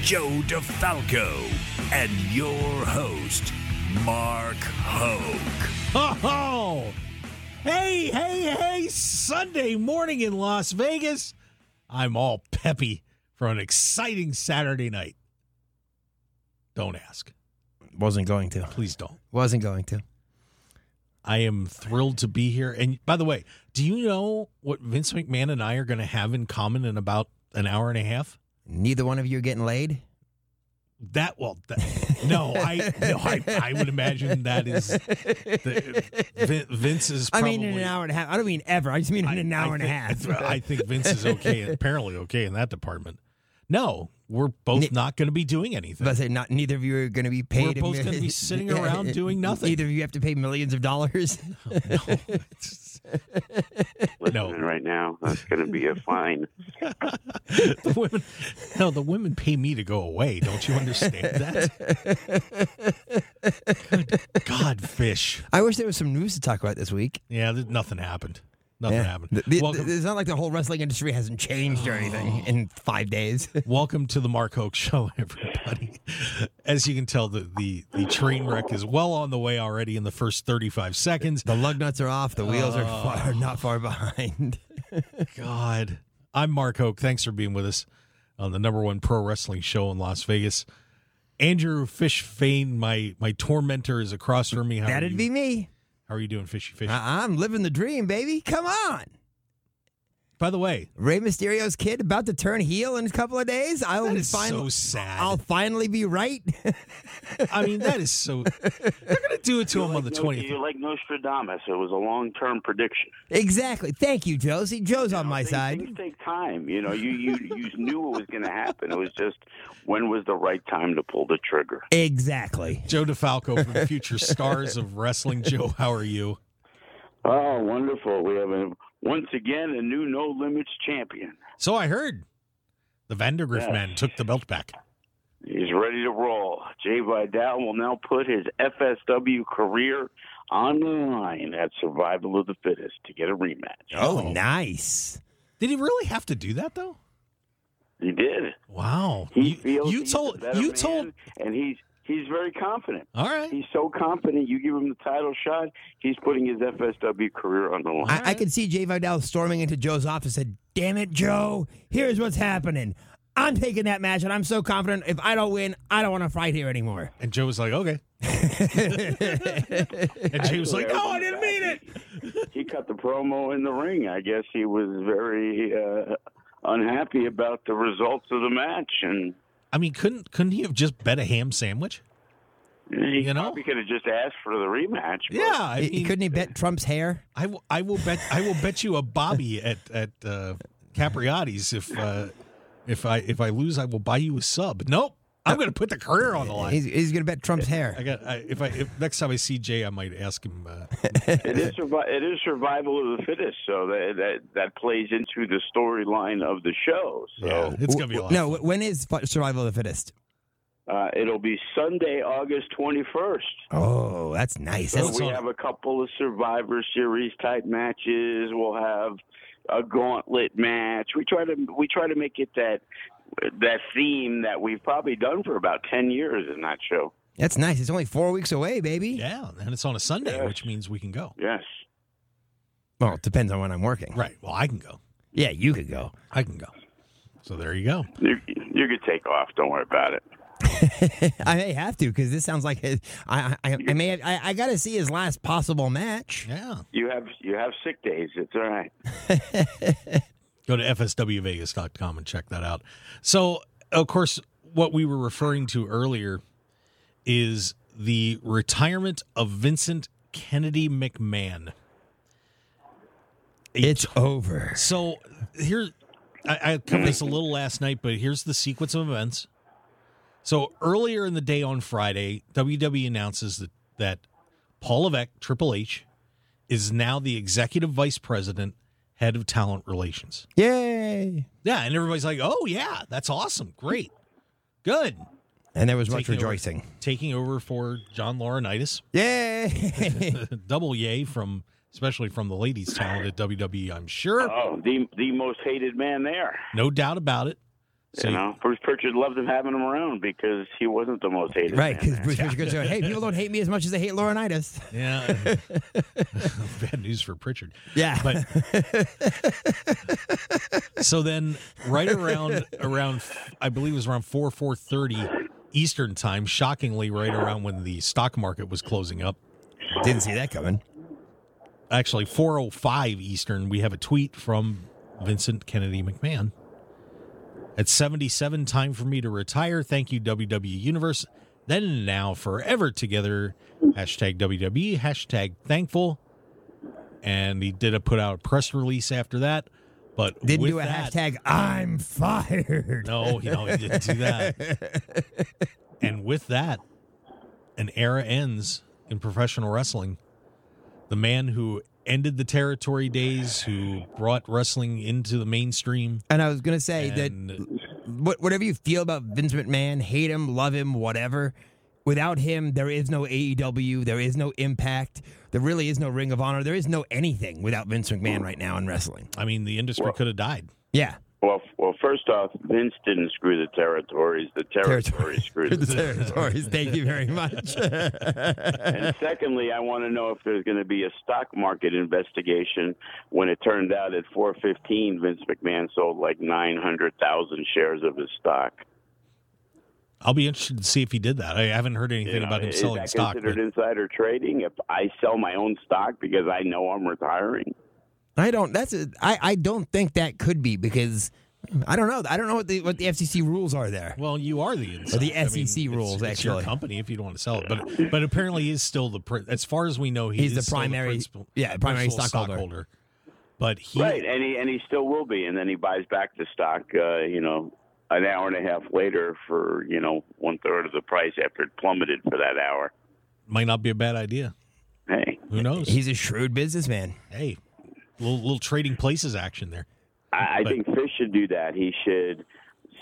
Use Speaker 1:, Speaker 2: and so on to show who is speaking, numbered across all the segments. Speaker 1: Joe DeFalco, and your host, Mark Hoke.
Speaker 2: Oh, hey, hey, hey, Sunday morning in Las Vegas. I'm all peppy for an exciting Saturday night. Don't ask.
Speaker 3: Wasn't going to.
Speaker 2: Please don't.
Speaker 3: Wasn't going to.
Speaker 2: I am thrilled to be here. And by the way, do you know what Vince McMahon and I are going to have in common in about an hour and a half?
Speaker 3: Neither one of you are getting laid.
Speaker 2: That well, that, no, I no, I, I would imagine that is the, Vin- Vince is.
Speaker 3: I
Speaker 2: Probably,
Speaker 3: mean, in an hour and a half. I don't mean ever. I just mean in
Speaker 2: I-
Speaker 3: an
Speaker 2: I
Speaker 3: hour and a
Speaker 2: think-
Speaker 3: half.
Speaker 2: I think Vince is okay, apparently okay in that department. No, we're both
Speaker 3: Ni-
Speaker 2: not going to be doing anything.
Speaker 3: But I say not. Neither of you are going to be paid. a
Speaker 2: both
Speaker 3: mil-
Speaker 2: gonna be sitting around doing nothing.
Speaker 3: Either of you have to pay millions of dollars.
Speaker 2: No.
Speaker 4: listening right now. That's going to be a fine.
Speaker 2: the women, no, the women pay me to go away. Don't you understand that? Good God, fish.
Speaker 3: I wish there was some news to talk about this week.
Speaker 2: Yeah, th- nothing happened. Nothing happened.
Speaker 3: The- the-
Speaker 2: welcome, Oh.
Speaker 3: it's not like the whole wrestling industry hasn't changed or anything in five days.
Speaker 2: welcome to the Mark Hoke Show, everybody. As you can tell, the, the the train wreck is well on the way already in the first thirty five seconds.
Speaker 3: The lug nuts are off. The wheels are,
Speaker 2: Oh.
Speaker 3: far, are not far behind.
Speaker 2: God. I'm Mark Hoke. Thanks for being with us on the number one pro wrestling show in Las Vegas. Andrew Fish Fane, my my tormentor, is across from me. How are
Speaker 3: That'd
Speaker 2: you?
Speaker 3: be me. Ah.
Speaker 2: How are you doing, Fishy Fish?
Speaker 3: I- I'm living the dream, baby. Come on.
Speaker 2: By the way,
Speaker 3: Rey Mysterio's kid about to turn heel in a couple of days. I will
Speaker 2: that is so
Speaker 3: finally,
Speaker 2: sad.
Speaker 3: Oh, I'll finally be right.
Speaker 2: I mean, that is so. They're gonna do it to him on the twentieth.
Speaker 4: You're like Nostradamus. It was a long-term prediction.
Speaker 3: exactly. Thank you, Josie. Joe's on my
Speaker 4: Things-
Speaker 3: side.
Speaker 4: Things take time. You know, you you you knew it was going to happen. It was just when was the right time to pull the trigger.
Speaker 3: Exactly.
Speaker 2: Joe DeFalco from Future Stars of Wrestling. Joe, how are you?
Speaker 4: Oh, wonderful! We have a, once again a new No Limits champion.
Speaker 2: So I heard the Vandergriff
Speaker 4: Yeah.
Speaker 2: man took the belt back.
Speaker 4: He's ready to roll. Jay Vidal will now put his FSW career on the line at Survival of the Fittest to get a rematch.
Speaker 3: Oh, nice.
Speaker 2: Did he really have to do that though?
Speaker 4: He did.
Speaker 2: Wow.
Speaker 4: He
Speaker 2: you
Speaker 4: feels
Speaker 2: you
Speaker 4: he's a
Speaker 2: told
Speaker 4: better
Speaker 2: you
Speaker 4: man,
Speaker 2: told.
Speaker 4: and he's he's very confident.
Speaker 2: All right.
Speaker 4: He's so confident. You give him the title shot, he's putting his FSW career on the line.
Speaker 3: I, I could see Jay Vidal storming into Joe's office and said, Damn it, Joe. Here's what's happening. I'm taking that match, and I'm so confident if I don't win, I don't want to fight here anymore.
Speaker 2: And Joe was like, okay. and she was like, no, I didn't mean it.
Speaker 4: He cut the promo in the ring. I guess he was very uh, unhappy about the results of the match, and
Speaker 2: I mean, couldn't couldn't he have just bet a ham sandwich?
Speaker 4: he
Speaker 2: You know?
Speaker 4: probably could have just asked for the rematch. but-
Speaker 2: Yeah, I
Speaker 3: He-
Speaker 2: mean,
Speaker 3: Couldn't he bet Trump's hair?
Speaker 2: I, will, I will bet I will bet you a bobby at at uh, Capriati's if uh, if I if I lose, I will buy you a sub. Nope, I'm going to put the career on the line.
Speaker 3: He's, he's going to bet Trump's hair.
Speaker 2: I got I, if I if next time I see Jay, I might ask him. Uh,
Speaker 4: It is survi- it is survival of the fittest, so that that, that plays into the storyline of the show. So
Speaker 2: yeah, it's going to be a lot.
Speaker 3: No,
Speaker 2: of fun.
Speaker 3: when is Fi- Survival of the Fittest?
Speaker 4: uh, it'll be Sunday, August twenty first.
Speaker 3: Oh, that's nice.
Speaker 4: So
Speaker 3: That's-
Speaker 4: we have a couple of Survivor Series type matches. We'll have a gauntlet match. We try to we try to make it that that theme that we've probably done for about ten years in that show.
Speaker 3: That's nice. It's only four weeks away, baby.
Speaker 2: yeah, and it's on a Sunday,
Speaker 4: Yes.
Speaker 2: which means we can go.
Speaker 4: Yes,
Speaker 3: Well, it depends on when I'm working.
Speaker 2: Right. Well, I can go.
Speaker 3: Yeah, you could go.
Speaker 2: I can go. So there you go.
Speaker 4: you you could take off. Don't worry about it.
Speaker 3: I may have to because this sounds like it- I I, I may have, I, I got to see his last possible match.
Speaker 2: Yeah.
Speaker 4: You have you have sick days. It's all right.
Speaker 2: go to fswvegas.com and check that out. So, of course, what we were referring to earlier is the retirement of Vincent Kennedy McMahon.
Speaker 3: It's over.
Speaker 2: So here, I, I covered this a little last night, but here's the sequence of events. So earlier in the day on Friday, WWE announces that, that Paul Levesque, Triple H, is now the executive vice president, head of talent relations.
Speaker 3: Yay!
Speaker 2: Yeah, and everybody's like, "Oh yeah, that's awesome, great, good."
Speaker 3: And there was much
Speaker 2: Taking over-
Speaker 3: rejoicing.
Speaker 2: taking over for John Laurinaitis,
Speaker 3: Yay!
Speaker 2: double yay from especially from the ladies' talent at WWE. I'm sure,
Speaker 4: Oh, the the most hated man there.
Speaker 2: no doubt about it. So
Speaker 4: You know, Bruce Pritchard loved him having him around because he wasn't the most hated.
Speaker 3: right,
Speaker 4: man
Speaker 3: because
Speaker 4: there.
Speaker 3: Bruce Pritchard goes, "Hey, people don't hate me as much as they hate Laurinaitis."
Speaker 2: Yeah. Bad news for Pritchard.
Speaker 3: Yeah.
Speaker 2: But so then right around around I believe it was around 4 4:30 Eastern time, shockingly right around when the stock market was closing up.
Speaker 3: Didn't see that coming.
Speaker 2: Actually 4:05 Eastern, we have a tweet from Vincent Kennedy McMahon. At 77 time for me to retire. Thank you WWE Universe. Then and now forever together. Hashtag WWE, hashtag thankful. And he did a put out a press release after that. But
Speaker 3: Didn't
Speaker 2: with
Speaker 3: do a
Speaker 2: that-
Speaker 3: hashtag. I'm fired.
Speaker 2: No, you know, he didn't do that. and with that, an era ends in professional wrestling. The man who ended the territory days, who brought wrestling into the mainstream.
Speaker 3: And I was gonna say
Speaker 2: And-
Speaker 3: that wh- whatever you feel about Vince McMahon, hate him, love him, whatever. Without him, there is no AEW, there is no Impact, there really is no Ring of Honor, there is no anything without Vince McMahon right now in wrestling.
Speaker 2: I mean, the industry could have died.
Speaker 3: Yeah,
Speaker 4: Well, well, first off, Vince didn't screw the territories. The territories
Speaker 3: Territory-
Speaker 4: screwed the
Speaker 3: territories. Thank you very much.
Speaker 4: And secondly, I want to know if there's going to be a stock market investigation when it turned out at 415 Vince McMahon sold like 900,000 shares of his stock.
Speaker 2: I'll be interested to see if he did that. I haven't heard anything
Speaker 4: You know,
Speaker 2: about him
Speaker 4: Uh, is
Speaker 2: selling
Speaker 4: that
Speaker 2: stock.
Speaker 4: considered
Speaker 2: but-
Speaker 4: insider trading if I sell my own stock because I know I'm retiring?
Speaker 3: I don't. That's. A, I. I don't think that could be because I don't know. I don't know what the what the FCC rules are there.
Speaker 2: well, you are the insider.
Speaker 3: the SEC
Speaker 2: it's-
Speaker 3: rules,
Speaker 2: it's, your
Speaker 3: actually.
Speaker 2: company if you don't want to sell it, but but apparently he's still the pri- as far as we know, he
Speaker 3: He's
Speaker 2: is
Speaker 3: the
Speaker 2: still
Speaker 3: primary-
Speaker 2: principal-
Speaker 3: yeah, primary
Speaker 2: principal
Speaker 3: stockholder.
Speaker 2: But he
Speaker 4: right, and he and he still will be, and then he buys back the stock, uh, you know, an hour and a half later for you know one third of the price after it plummeted for that hour.
Speaker 2: might not be a bad idea.
Speaker 4: Hey,
Speaker 2: Who knows?
Speaker 3: He's a shrewd businessman.
Speaker 2: hey, little, little trading places action there.
Speaker 4: I, I
Speaker 2: But-
Speaker 4: think Fish should do that. He should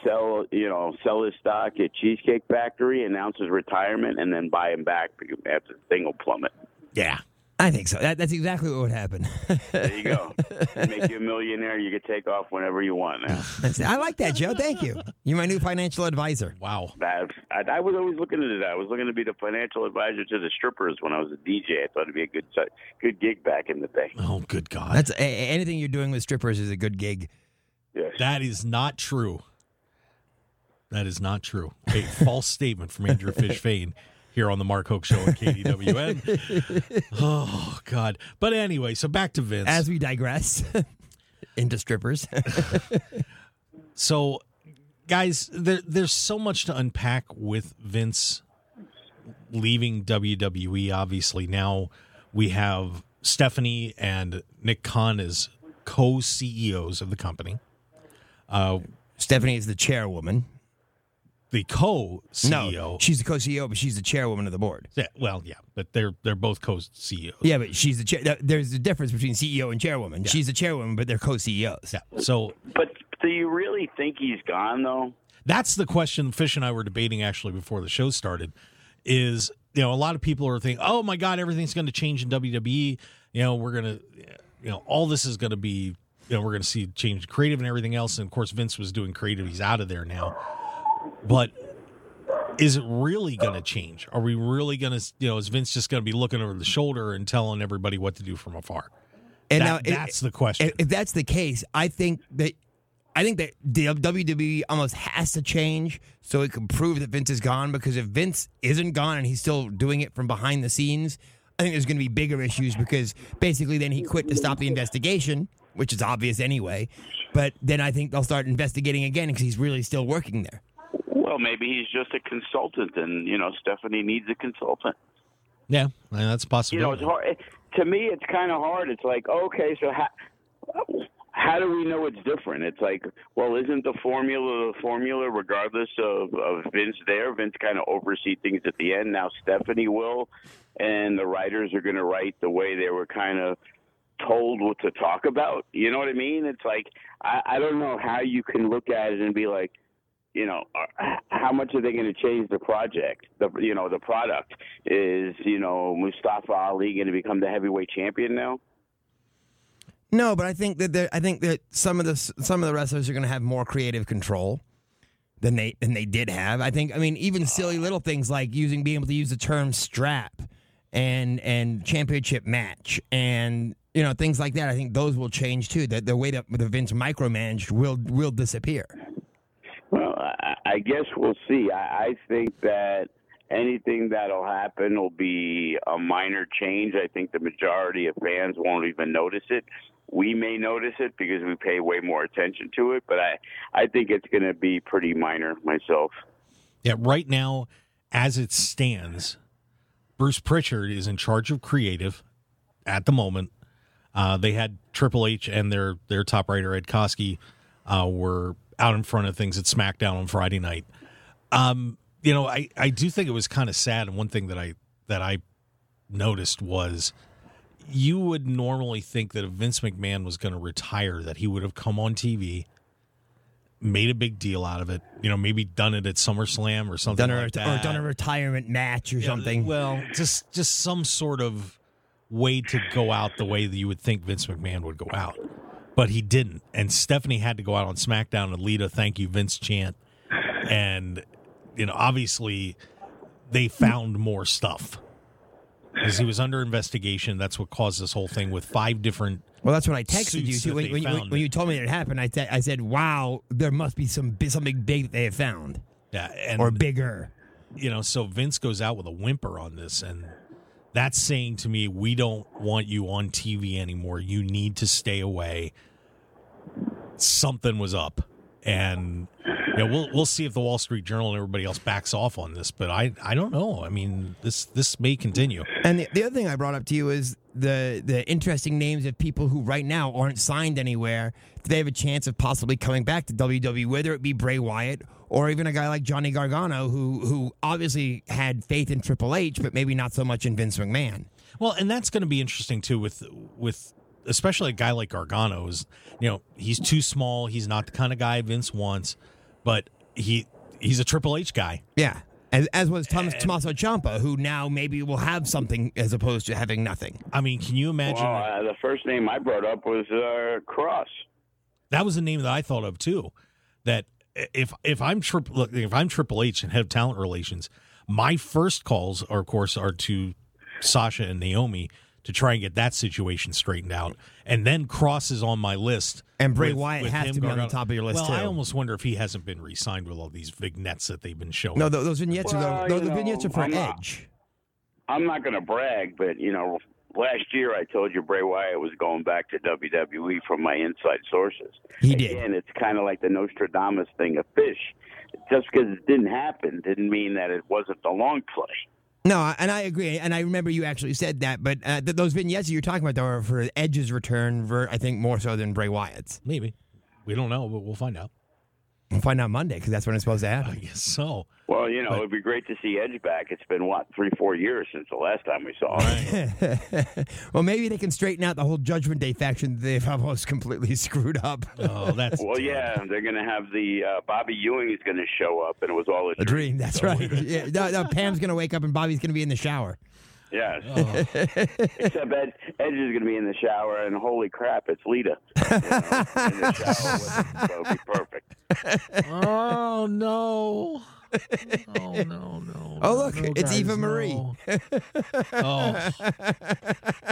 Speaker 4: sell, you know, sell his stock at Cheesecake Factory, announce his retirement, and then buy him back because after the thing will plummet.
Speaker 2: Yeah.
Speaker 3: I think so. That, that's exactly what would happen.
Speaker 4: There you go. Make you a millionaire. You can take off whenever you want. Now.
Speaker 3: That's- I like that, Joe. Thank you. You're my new financial advisor.
Speaker 2: Wow.
Speaker 4: That, I, I was always looking at that. I was looking to be the financial advisor to the strippers when I was a DJ. I thought it'd be a good si- good gig back in the day.
Speaker 2: Oh, good God.
Speaker 3: That's a, a- anything you're doing with strippers is a good gig.
Speaker 4: Yes.
Speaker 2: That is not true. That is not true. A false statement from Andrew Fishfane here on the Mark Hoke Show on KDWN. oh God! But anyway, so back to Vince.
Speaker 3: As we digress into strippers,
Speaker 2: so, guys, there, there's so much to unpack with Vince leaving WWE. Obviously, now we have Stephanie and Nick Khan as co CEOs of the company. Uh,
Speaker 3: Stephanie is the chairwoman.
Speaker 2: The co CEO.
Speaker 3: No, she's the co-CEO, but she's the chairwoman of the board.
Speaker 2: Yeah, well, yeah, but they're they're both E co CEOs.
Speaker 3: Yeah, but she's the chair. th- There's a difference between CEO and chairwoman. She's the chairwoman, but they're E co-CEOs.
Speaker 2: Yeah. So
Speaker 4: But do you really think he's gone though?
Speaker 2: that's the question Fish and I were debating actually before the show started is, you know, a lot of people are thinking, "Oh my god, everything's going to change in WWE. You know, we're going to you know, all this is going to be, you know, we're going to see change in creative and everything else." And of course, Vince was doing creative. He's out of there now. But is it really going to change? Are we really going to, you know, is Vince just going to be looking over the shoulder and telling everybody what to do from afar?
Speaker 3: And
Speaker 2: That-
Speaker 3: now, i-
Speaker 2: that's the question.
Speaker 3: if, if that's the case, I think that I think that the WWE almost has to change so it can prove that Vince is gone. Because if Vince isn't gone and he's still doing it from behind the scenes, I think there's going to be bigger issues because basically then he quit to stop the investigation, which is obvious anyway. But then I think they'll start investigating again because he's really still working there.
Speaker 4: Well, maybe he's just a consultant, and you know, Stephanie needs a consultant.
Speaker 2: Yeah, and that's
Speaker 4: you know,
Speaker 2: possible.
Speaker 4: it's hard. It, to me, it's kind of hard. It's like, okay, so ha- how do we know it's different? It's like, well, isn't the formula the formula regardless of, of Vince there? Vince kind of oversee things at the end. Now Stephanie will, and the writers are going to write the way they were kind of told what to talk about. You know what I mean? It's like I, I don't know how you can look at it and be like, you know, are- how much are they going to change the project? The you know the product is you know Mustafa Ali going to become the heavyweight champion now?
Speaker 3: No, but I think that there, I think that some of the some of the wrestlers are going to have more creative control than they than they did have. I think. I mean, even silly
Speaker 2: Ah.
Speaker 3: little things like using being able to use the term strap and and championship match and you know things like that. I think those will change too. That the way that the Vince micromanaged will will disappear.
Speaker 4: Well, I, I guess we'll see. I, I think that anything that'll happen will be a minor change. I think the majority of fans won't even notice it. We may notice it because we pay way more attention to it, but I, I think it's going to be pretty minor myself.
Speaker 2: Yeah, right now, as it stands, Bruce Pritchard is in charge of creative at the moment. Uh, they had Triple H and their their top writer Ed Koski uh, were out in front of things at SmackDown on Friday night. Um, you know, I, I do think it was kind of sad, and one thing that I that I noticed was you would normally think that if Vince McMahon was going to retire, that he would have come on TV made a big deal out of it. You know, maybe done it at SummerSlam or something
Speaker 3: Done a,
Speaker 2: like
Speaker 3: ret-
Speaker 2: that.
Speaker 3: or done a retirement match or
Speaker 2: Yeah,
Speaker 3: something.
Speaker 2: Well, just just some sort of way to go out the way that you would think Vince McMahon would go out, but he didn't. And Stephanie had to go out on SmackDown and lead a "Thank You Vince" chant, and you know, obviously, they found more stuff. Because he was under investigation, that's what caused this whole thing with five different
Speaker 3: Well, that's what I texted you
Speaker 2: Suits
Speaker 3: too.
Speaker 2: that
Speaker 3: When,
Speaker 2: they
Speaker 3: when, you-
Speaker 2: found.
Speaker 3: when you told me that it happened, I, said I said, "Wow, there must be some bi- something big that they have found
Speaker 2: yeah, and
Speaker 3: or bigger."
Speaker 2: you know, so Vince goes out with a whimper on this, and that's saying to me, we don't want you on TV anymore. You need to stay away. Something was up, and you know, we'll we'll see if the Wall Street Journal and everybody else backs off on this, but I I don't know. I mean, this this may continue.
Speaker 3: And the, the other thing I brought up to you is the the interesting names of people who right now aren't signed anywhere. Do they have a chance of possibly coming back to WWE? Whether it be Bray Wyatt or even a guy like Johnny Gargano, who who obviously had faith in Triple H, but maybe not so much in Vince McMahon.
Speaker 2: Well, and that's going to be interesting too with with especially a guy like Gargano is, you know, he's too small, he's not the kind of guy Vince wants, but he he's a Triple H guy.
Speaker 3: Yeah. As, as was Thomas Tommaso Ciampa, who now maybe will have something as opposed to having nothing.
Speaker 2: I mean, can you imagine
Speaker 4: Well, uh, the first name I brought up was uh, Cross.
Speaker 2: that was the name that I thought of too. That if if I'm triple look, if I'm Triple H and head of talent relations, my first calls are of course are to Sasha and Naomi to try and get that situation straightened out, and then Cross is on my list.
Speaker 3: And Bray Wyatt has
Speaker 2: him
Speaker 3: to be on the
Speaker 2: Gargano.
Speaker 3: top of your list,
Speaker 2: Well, I
Speaker 3: too.
Speaker 2: almost wonder if he hasn't been re-signed with all these vignettes that they've been showing.
Speaker 3: No, tho- those vignettes
Speaker 4: Well,
Speaker 3: are the,
Speaker 4: you know,
Speaker 3: vignettes are for
Speaker 4: I'm not-
Speaker 3: Edge.
Speaker 4: I'm not going to brag, but you know, last year I told you Bray Wyatt was going back to WWE from my inside sources.
Speaker 3: He did.
Speaker 4: Again, it's kind of like the Nostradamus thing of fish. Just because it didn't happen didn't mean that it wasn't the long play.
Speaker 3: No, I- and I agree, and I remember you actually said that. But uh, th- those vignettes you're talking about though are for Edge's return, ver I think more so than Bray Wyatt's.
Speaker 2: maybe we don't know, but we'll find out.
Speaker 3: We'll find out Monday because that's when it's supposed to
Speaker 2: I
Speaker 3: happen.
Speaker 2: guess so.
Speaker 4: Well, you know, it'd be great to see Edge back. It's been what three, four years since the last time we saw him.
Speaker 3: well, maybe they can straighten out the whole Judgment Day faction that they've almost completely screwed up.
Speaker 2: Oh, that's
Speaker 4: Well, yeah, they're going to have the uh, Bobby Ewing is going to show up, and it was all a
Speaker 3: A
Speaker 4: dream.
Speaker 3: dream, that's right. Yeah, no, no, Pam's gonna wake up and Bobby's gonna be in the shower.
Speaker 4: Yeah.
Speaker 2: Oh.
Speaker 4: Except Ed, Edge is going to be in the shower, and holy crap, it's Lita. You know, in the shower with him, so it'll be perfect.
Speaker 2: Oh no. Oh no no.
Speaker 3: Oh, look,
Speaker 2: no,
Speaker 3: it's
Speaker 2: guys,
Speaker 3: Eva Marie.
Speaker 2: no. oh.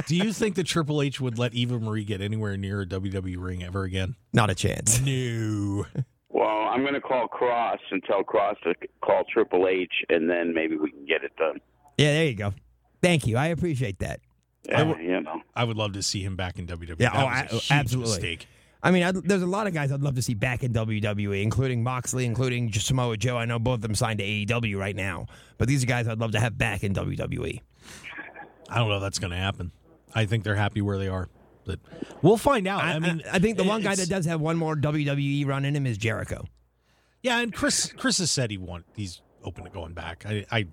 Speaker 2: Do you think that Triple H would let Eva Marie get anywhere near a WWE ring ever again?
Speaker 3: Not a chance.
Speaker 2: No.
Speaker 4: Well, I'm going to call Cross and tell Cross to c- call Triple H, and then maybe we can get it done.
Speaker 3: Yeah, there you go. Thank you. I appreciate that.
Speaker 4: Yeah, you know.
Speaker 2: I would love to see him back in WWE.
Speaker 3: Yeah,
Speaker 2: That
Speaker 3: oh,
Speaker 2: was a
Speaker 3: a-
Speaker 2: huge
Speaker 3: absolutely.
Speaker 2: mistake.
Speaker 3: I mean, I'd, there's a lot of guys I'd love to see back in WWE, including Moxley, including Samoa Joe. I know both of them signed to AEW right now, but these are guys I'd love to have back in E. WWE.
Speaker 2: I don't know if that's going to happen. I think they're happy where they are. Th- but we'll find out. I,
Speaker 3: I,
Speaker 2: mean,
Speaker 3: I, I think the one guy
Speaker 2: it's-
Speaker 3: that does have one more WWE run in him is Jericho.
Speaker 2: Yeah, and Chris Chris has said he want he's open to going back. I, I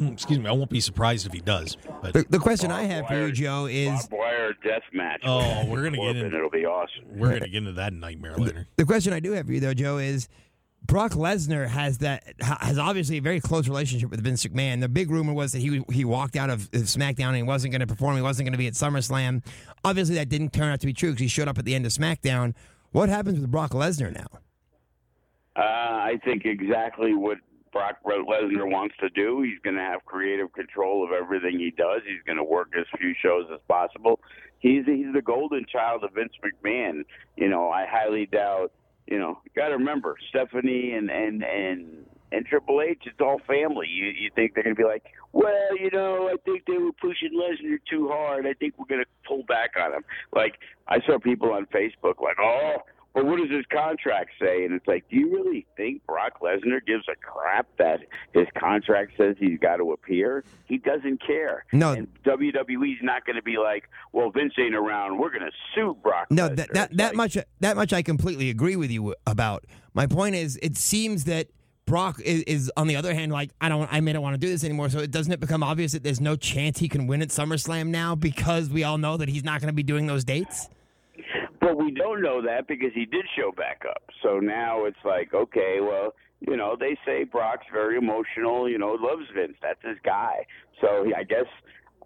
Speaker 2: mm, excuse me, I won't be surprised if he does. But
Speaker 3: The, the question I have for you, Joe, is
Speaker 4: Bob Wire death match.
Speaker 2: oh, we're gonna get
Speaker 4: Corbin,
Speaker 2: into
Speaker 4: it'll be awesome.
Speaker 2: we're gonna get into that nightmare later.
Speaker 3: the question I do have for you though, Joe, is Brock Lesnar has that ha- has obviously a very close relationship with Vince McMahon. The big rumor was that he he walked out of of SmackDown and he wasn't going to perform. He wasn't going to be at SummerSlam. Obviously, that didn't turn out to be true because he showed up at the end of SmackDown. What happens with Brock Lesnar now?
Speaker 4: Uh, I think exactly what Brock Lesnar wants to do. He's going to have creative control of everything he does. He's going to work as few shows as possible. He's he's the golden child of Vince McMahon. You know, I highly doubt. You know, you got to remember Stephanie and and and and Triple H. It's all family. You you think they're going to be like, well, you know, I think they were pushing Lesnar too hard. I think we're going to pull back on him. Like I saw people on Facebook like, oh well, what does his contract say? And it's like, do you really think Brock Lesnar gives a crap that his contract says he's got to appear? He doesn't care.
Speaker 3: No.
Speaker 4: And WWE's not going to be like, well, Vince ain't around. We're going to sue Brock.
Speaker 3: No, that
Speaker 4: Lesnar.
Speaker 3: that,
Speaker 4: It's
Speaker 3: that
Speaker 4: like,
Speaker 3: much that much I completely agree with you about. My point is, it seems that Brock is, is on the other hand like I don't I may not want to do this anymore. So it doesn't it become obvious that there's no chance he can win at SummerSlam now because we all know that he's not going to be doing those dates.
Speaker 4: But we don't know that because he did show back up. So now it's like, okay, well, you know, they say Brock's very emotional. You know, loves Vince. That's his guy. So he, I guess.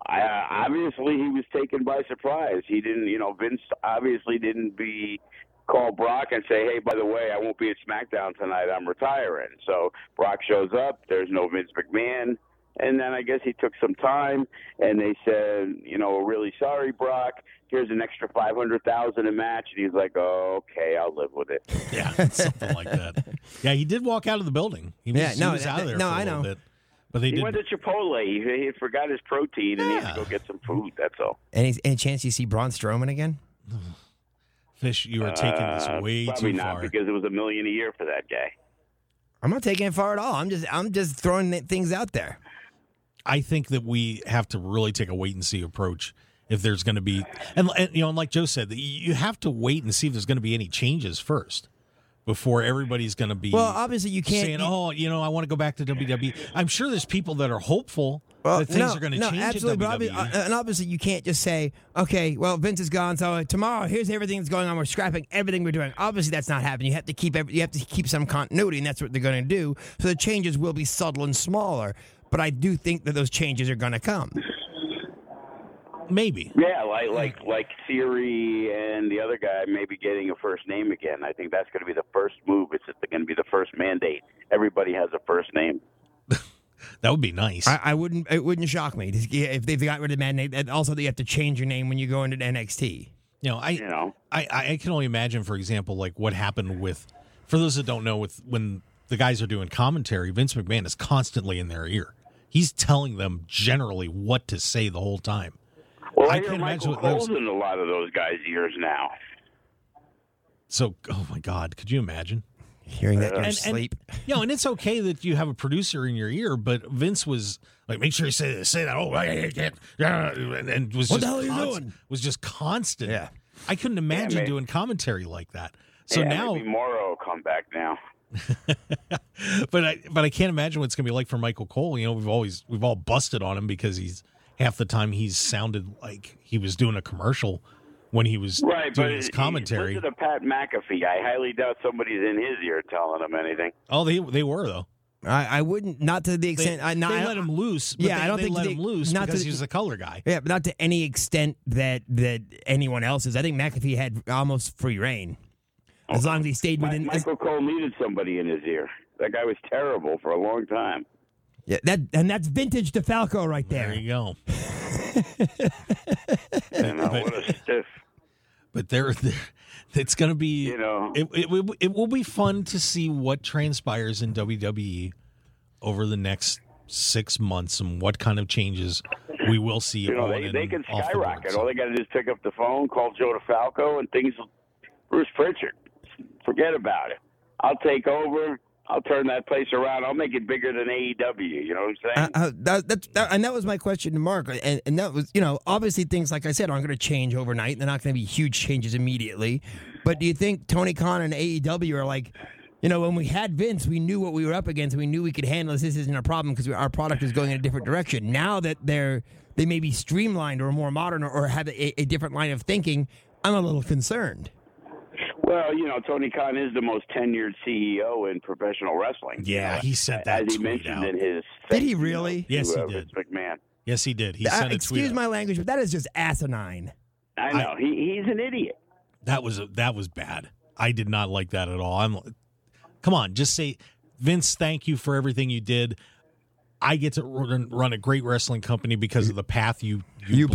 Speaker 4: I, obviously, he was taken by surprise. He didn't, you know, Vince obviously didn't be call Brock and say, "Hey, by the way, I won't be at SmackDown tonight. I'm retiring." So Brock shows up. There's no Vince McMahon, and then I guess he took some time, and they said, "You know, we're really sorry, Brock. Here's an extra five hundred thousand a match." And he's like, oh, "Okay, I'll live with it."
Speaker 2: Yeah, something like that. Yeah, he did walk out of the building. He was,
Speaker 3: Yeah, no,
Speaker 2: he was out of there.
Speaker 3: no,
Speaker 2: for a
Speaker 3: I
Speaker 2: little
Speaker 3: know.
Speaker 2: Bit. But they
Speaker 4: He
Speaker 2: did.
Speaker 4: went to Chipotle. He, he had forgot his protein, and he had to
Speaker 2: Yeah.
Speaker 4: go get some food. That's all.
Speaker 3: Any any chance you see Braun Strowman again?
Speaker 2: Fish, you are taking this
Speaker 4: Uh,
Speaker 2: way
Speaker 4: probably
Speaker 2: too
Speaker 4: not
Speaker 2: far.
Speaker 4: because it was a million a year for that guy.
Speaker 3: I'm not taking it far at all. I'm just I'm just throwing th- things out there.
Speaker 2: I think that we have to really take a wait and see approach if there's going to be, and, and you know, and like Joe said, you have to wait and see if there's going to be any changes first before everybody's going to be.
Speaker 3: Well, obviously you can't. e-,
Speaker 2: saying,
Speaker 3: you-
Speaker 2: "Oh, you know, I want to go back to WWE." I'm sure there's people that are hopeful
Speaker 3: Well,
Speaker 2: that things
Speaker 3: no,
Speaker 2: are going to
Speaker 3: no,
Speaker 2: change
Speaker 3: absolutely,
Speaker 2: at WWE.
Speaker 3: But obvi- uh, and obviously, you can't just say, "Okay, well, Vince is gone, so tomorrow here's everything that's going on. We're scrapping everything we're doing." Obviously, that's not happening. You have to keep every, you have to keep some continuity, and that's what they're going to do. So the changes will be subtle and smaller. But I do think that those changes are going to come. uh,
Speaker 2: Maybe.
Speaker 4: Yeah, like like like Theory and the other guy maybe getting a first name again. I think that's going to be the first move. It's going to be the first mandate. Everybody has a first name.
Speaker 2: That would be nice.
Speaker 3: I, I wouldn't. It wouldn't shock me to- if they got rid of Madden. and Also, that you have to change your name when you go into NXT.
Speaker 2: you know, I,
Speaker 4: You know,
Speaker 2: I I can only imagine, for example, like what happened with, for those that don't know, with when the guys are doing commentary, Vince McMahon is constantly in their ear. He's telling them generally what to say the whole time.
Speaker 4: well,
Speaker 2: I
Speaker 4: I, hear
Speaker 2: can't imagine
Speaker 4: Michael
Speaker 2: what lives-
Speaker 4: Cole's in a lot of those guys' ears now.
Speaker 2: So, oh my God, could you imagine?
Speaker 3: Hearing that in your
Speaker 2: and,
Speaker 3: sleep.
Speaker 2: And, you know, and it's okay that you have a producer in your ear, but Vince was like, make sure you say this, say that. Oh, I, I can't. yeah," And, and was just
Speaker 3: What the hell are you
Speaker 2: const-
Speaker 3: doing?
Speaker 2: Was just constant.
Speaker 3: Yeah.
Speaker 2: I couldn't imagine
Speaker 4: man.
Speaker 2: doing commentary like that. So
Speaker 4: yeah,
Speaker 2: now,
Speaker 4: maybe Morrow will come back now.
Speaker 2: but I but I can't imagine what it's gonna be like for Michael Cole. You know, we've always we've all busted on him because he's half the time he's sounded like he was doing a commercial when he was
Speaker 4: Right,
Speaker 2: doing
Speaker 4: but
Speaker 2: his commentary.
Speaker 4: Listen to Pat McAfee. I highly doubt somebody's in his ear telling him anything.
Speaker 2: oh, they they were though.
Speaker 3: I, I wouldn't. Not to the
Speaker 2: They,
Speaker 3: extent. I, not,
Speaker 2: they
Speaker 3: I,
Speaker 2: let him loose. But
Speaker 3: Yeah,
Speaker 2: they,
Speaker 3: I don't
Speaker 2: they
Speaker 3: think
Speaker 2: let
Speaker 3: they-
Speaker 2: him loose
Speaker 3: not
Speaker 2: because
Speaker 3: to-
Speaker 2: he was a color guy.
Speaker 3: Yeah, but not to any extent that that anyone else is. I think McAfee had almost free reign, as long as he stayed
Speaker 4: Mi-
Speaker 3: within.
Speaker 4: Michael Cole needed somebody in his ear. That guy was terrible for a long time.
Speaker 3: yeah, that and that's vintage DeFalco right there.
Speaker 2: There you go.
Speaker 4: You know, uh, what a stiff.
Speaker 2: But there, there it's going to be.
Speaker 4: You know.
Speaker 2: it, it will- it will be fun to see what transpires in WWE over the next six months and what kind of changes we will see.
Speaker 4: You know,
Speaker 2: on
Speaker 4: they,
Speaker 2: and
Speaker 4: they can
Speaker 2: off the board.
Speaker 4: skyrocket.
Speaker 2: So-
Speaker 4: All they got to do is pick up the phone, call Joe DeFalco, and things. Bruce Pritchard, forget about it. I'll take over. I'll turn that place around. I'll make it bigger than AEW. You know what I'm
Speaker 3: Uh,
Speaker 4: saying?
Speaker 3: uh, that, that, that- and that was my question to Mark. And, and that was, you know, obviously things, like I said, aren't going to change overnight. and They're not going to be huge changes immediately. But do you think Tony Khan and AEW are like, you know, when we had Vince, we knew what we were up against. We knew we could handle this. This isn't a problem because our product is going in a different direction. Now that they're, they may be streamlined or more modern or, or have a, a different line of thinking, I'm a little concerned.
Speaker 4: well, you know, Tony Khan is the most tenured CEO in professional wrestling.
Speaker 2: Yeah, he sent that
Speaker 4: as he
Speaker 2: tweet
Speaker 4: mentioned
Speaker 2: out.
Speaker 4: in his.
Speaker 3: Did he
Speaker 4: you know,
Speaker 3: really?
Speaker 4: to,
Speaker 2: Yes, he
Speaker 4: uh,
Speaker 2: did.
Speaker 4: Vince McMahon.
Speaker 2: Yes, he did. He
Speaker 3: Uh,
Speaker 2: sent a tweet.
Speaker 3: excuse
Speaker 2: out.
Speaker 3: my language, but that is just asinine.
Speaker 4: I know he, he's an idiot.
Speaker 2: That was that was bad. I did not like that at all. I'm Come on, just say Vince, thank you for everything you did. I get to run, run a great wrestling company because of the path you you,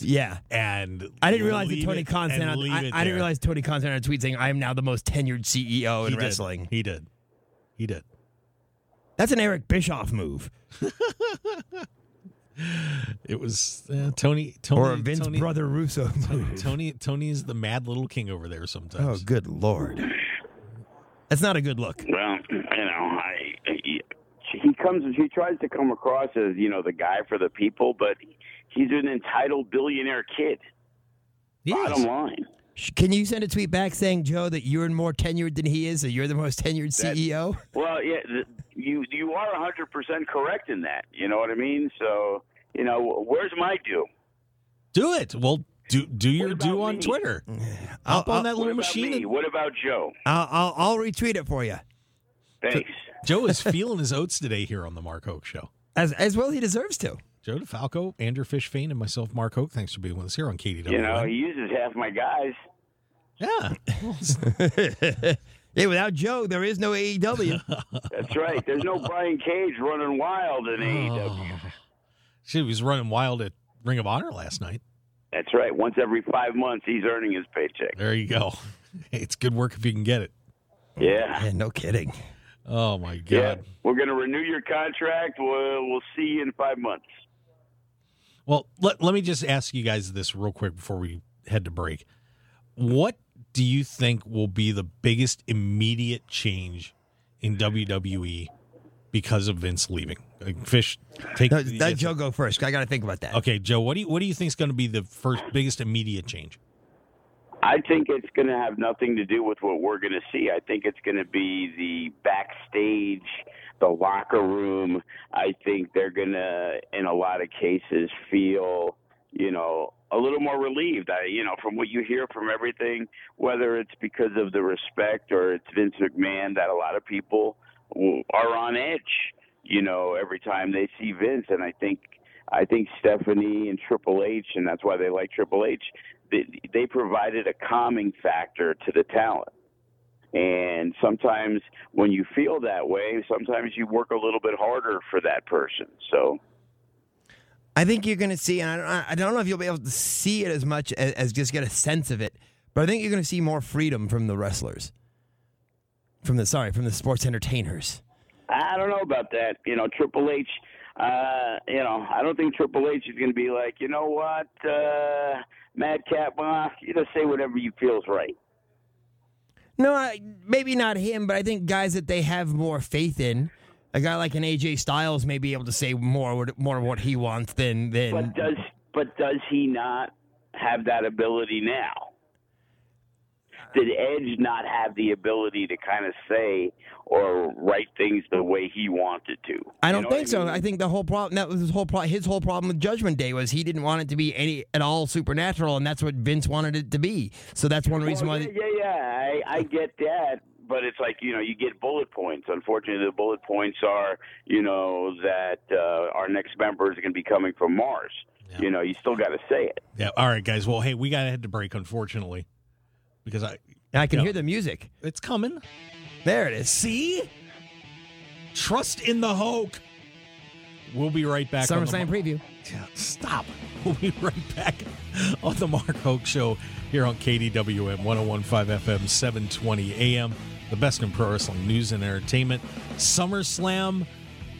Speaker 3: Yeah.
Speaker 2: And
Speaker 3: I didn't realize that
Speaker 2: leave
Speaker 3: Tony
Speaker 2: it-
Speaker 3: Khan sent
Speaker 2: and
Speaker 3: out.
Speaker 2: leave
Speaker 3: I,
Speaker 2: it
Speaker 3: I didn't
Speaker 2: there.
Speaker 3: realize Tony Khan sent out a tweet saying, "I am now the most tenured CEO
Speaker 2: He
Speaker 3: in
Speaker 2: did.
Speaker 3: wrestling."
Speaker 2: He did. He did.
Speaker 3: That's an Eric Bischoff move,
Speaker 2: It was uh, Tony. Tony
Speaker 3: or a Vince
Speaker 2: Tony,
Speaker 3: brother Russo move.
Speaker 2: Tony. Tony is the mad little king over there
Speaker 3: Oh,
Speaker 2: sometimes.
Speaker 3: good lord! That's not a good look.
Speaker 4: Well, you know, I, he, he comes he tries to come across as you know the guy for the people, but he's an entitled billionaire kid. Bottom line,
Speaker 3: Sh- Can you send a tweet back saying, "Joe, that you're more tenured than he is, so you're the most tenured E CEO"?
Speaker 4: well, yeah, th- you you are hundred percent correct in that. You know what I mean? So you know, where's my due?
Speaker 2: Do it. Well, do do your
Speaker 4: about
Speaker 2: do on
Speaker 4: me?
Speaker 2: Twitter.
Speaker 3: I'll,
Speaker 2: Up on that
Speaker 3: I'll,
Speaker 4: What
Speaker 2: little
Speaker 4: about
Speaker 2: machine.
Speaker 4: me?
Speaker 2: and-
Speaker 4: What about Joe?
Speaker 3: I'll, I'll, I'll retweet it for you,
Speaker 4: Thanks.
Speaker 2: Joe is feeling his oats today here on the Mark Hoke Show.
Speaker 3: as as well he deserves to.
Speaker 2: Joe DeFalco, Andrew Fishfane, and myself, Mark Hoke. Thanks for being with us here on KDW.
Speaker 4: You know, he uses half my guys.
Speaker 2: yeah. Well, it's-
Speaker 3: Yeah, without Joe, there is no E AEW.
Speaker 4: That's right. There's no Brian Cage running wild in E AEW.
Speaker 2: She was running wild at Ring of Honor last night.
Speaker 4: That's right. Once every five months, he's earning his paycheck.
Speaker 2: There you go. It's good work if you can get it.
Speaker 4: Yeah.
Speaker 3: yeah, no kidding.
Speaker 2: Oh my God.
Speaker 4: Yeah, we're going to renew your contract. We'll, we'll see you in five months.
Speaker 2: Well, let, let me just ask you guys this real quick before we head to break. What do you think will be the biggest immediate change in WWE because of Vince leaving? Like, Fish, take
Speaker 3: No, let Joe go first. 'cause I got to think about that.
Speaker 2: Okay, Joe, what do you what do you think is going to be the first biggest immediate change?
Speaker 4: I think it's going to have nothing to do with what we're going to see. I think it's going to be the backstage, the locker room. I think they're going to, in a lot of cases, feel, you know, a little more relieved. I, you know, from what you hear from everything, whether it's because of the respect or it's Vince McMahon, that a lot of people w- are on edge, you know, every time they see Vince. And I think I think Stephanie and Triple H, and that's why they like Triple H. They, they provided a calming factor to the talent. And sometimes when you feel that way, sometimes you work a little bit harder for that person. So
Speaker 3: I think you're going to see, and I don't, I don't know if you'll be able to see it as much as, as just get a sense of it, but I think you're going to see more freedom from the wrestlers, from the sorry, from the sports entertainers.
Speaker 4: I don't know about that. You know, Triple H. Uh, you know, I don't think Triple H is going to be like, you know what, uh, Madcap Moss, you just say whatever you feels right.
Speaker 3: No, I, maybe not him, but I think guys that they have more faith in. A guy like an AJ Styles may be able to say more what- more what he wants than than.
Speaker 4: But does but does he not have that ability now? Did Edge not have the ability to kind of say or write things the way he wanted to?
Speaker 3: I
Speaker 4: You
Speaker 3: don't
Speaker 4: know
Speaker 3: think
Speaker 4: what
Speaker 3: so. I think the whole problem that was his whole pro- his whole problem with Judgment Day was he didn't want it to be any at all supernatural, and that's what Vince wanted it to be. So that's one reason
Speaker 4: Well,
Speaker 3: why.
Speaker 4: Oh, yeah, yeah, yeah. I, I get that, but it's like you know, you get bullet points. Unfortunately, the bullet points are you know that uh, our next member is going to be coming from Mars. You know, you still got to say it.
Speaker 2: Yeah. All right, guys. Well, hey, we got to head to break, unfortunately, because I
Speaker 3: I can
Speaker 2: Yeah.
Speaker 3: hear the music.
Speaker 2: it's coming.
Speaker 3: There it is.
Speaker 2: See? Trust in the Hulk. We'll be right back. on the
Speaker 3: SummerSlam
Speaker 2: Mar-
Speaker 3: preview.
Speaker 2: Yeah, Stop. We'll be right back on the Mark Hoke Show here on KDWM 1015 FM 720 AM. The best in pro wrestling news and entertainment. SummerSlam,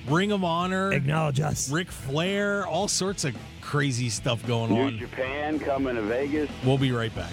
Speaker 2: Ring of Honor,
Speaker 3: Acknowledge us.
Speaker 2: Ric Flair, all sorts of crazy stuff going
Speaker 4: New
Speaker 2: on.
Speaker 4: Japan coming to Vegas.
Speaker 2: We'll be right back.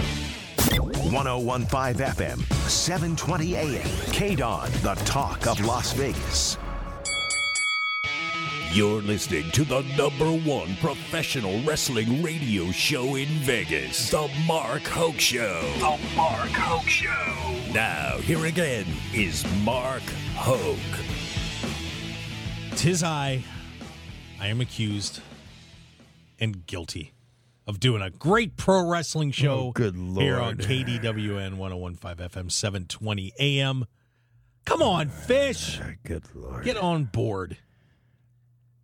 Speaker 5: 1015 FM, 720 AM. KDON, the talk of Las Vegas.
Speaker 1: You're listening to the number one professional wrestling radio show in Vegas, The Mark Hoke Show. The Mark Hoke Show. Now, here again is Mark Hoke.
Speaker 2: Tis I. I am accused and guilty of doing a great pro wrestling show
Speaker 3: Oh, good
Speaker 2: here on
Speaker 3: Lord.
Speaker 2: KDWN 1015 FM 720 AM. Come on, fish.
Speaker 3: Ah, Good lord.
Speaker 2: Get on board.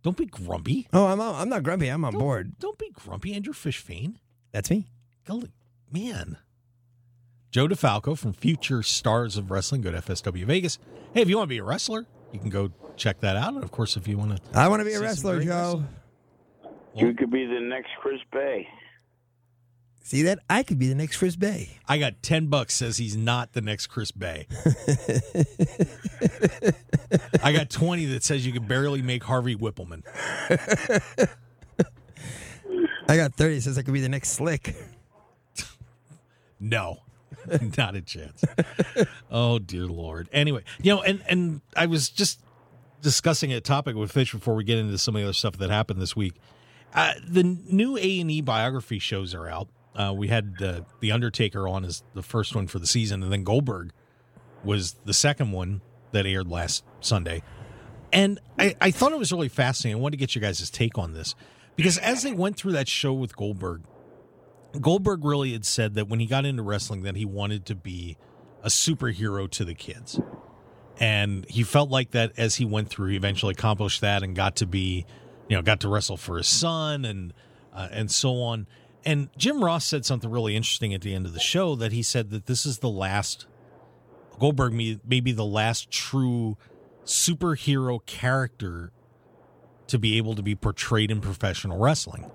Speaker 2: Don't be grumpy.
Speaker 3: Oh, I'm I'm not grumpy. I'm on
Speaker 2: Don't,
Speaker 3: board.
Speaker 2: Don't be grumpy, Andrew Fishfane.
Speaker 3: That's me.
Speaker 2: Golly, man. Joe DeFalco from Future Stars of Wrestling. Go to FSW Vegas. Hey, if you want to be a wrestler, you can go check that out. And of course, if you want to
Speaker 3: I want to be a
Speaker 2: See some
Speaker 3: wrestler,
Speaker 2: great
Speaker 3: Joe.
Speaker 2: wrestling.
Speaker 4: You could be the next Chris Bay.
Speaker 3: See that? I could be the next Chris Bay.
Speaker 2: I got 10 bucks says he's not the next Chris Bay. I got 20 that says you can barely make Harvey Whippleman.
Speaker 3: I got 30 says I could be the next Slick.
Speaker 2: No. not a chance. oh dear lord. Anyway, you know, and and I was just discussing a topic with Fish before we get into some of the other stuff that happened this week. Uh, the new A and E biography shows are out. Uh, we had uh, the Undertaker on as the first one for the season, and then Goldberg was the second one that aired last Sunday. And I, I thought it was really fascinating. I wanted to get your guys' take on this because as they went through that show with Goldberg, Goldberg really had said that when he got into wrestling that he wanted to be a superhero to the kids. And he felt like that as he went through, he eventually accomplished that and got to be, you know, got to wrestle for his son and uh, and so on. And Jim Ross said something really interesting at the end of the show that he said that this is the last Goldberg may, may be the last true superhero character to be able to be portrayed in professional wrestling.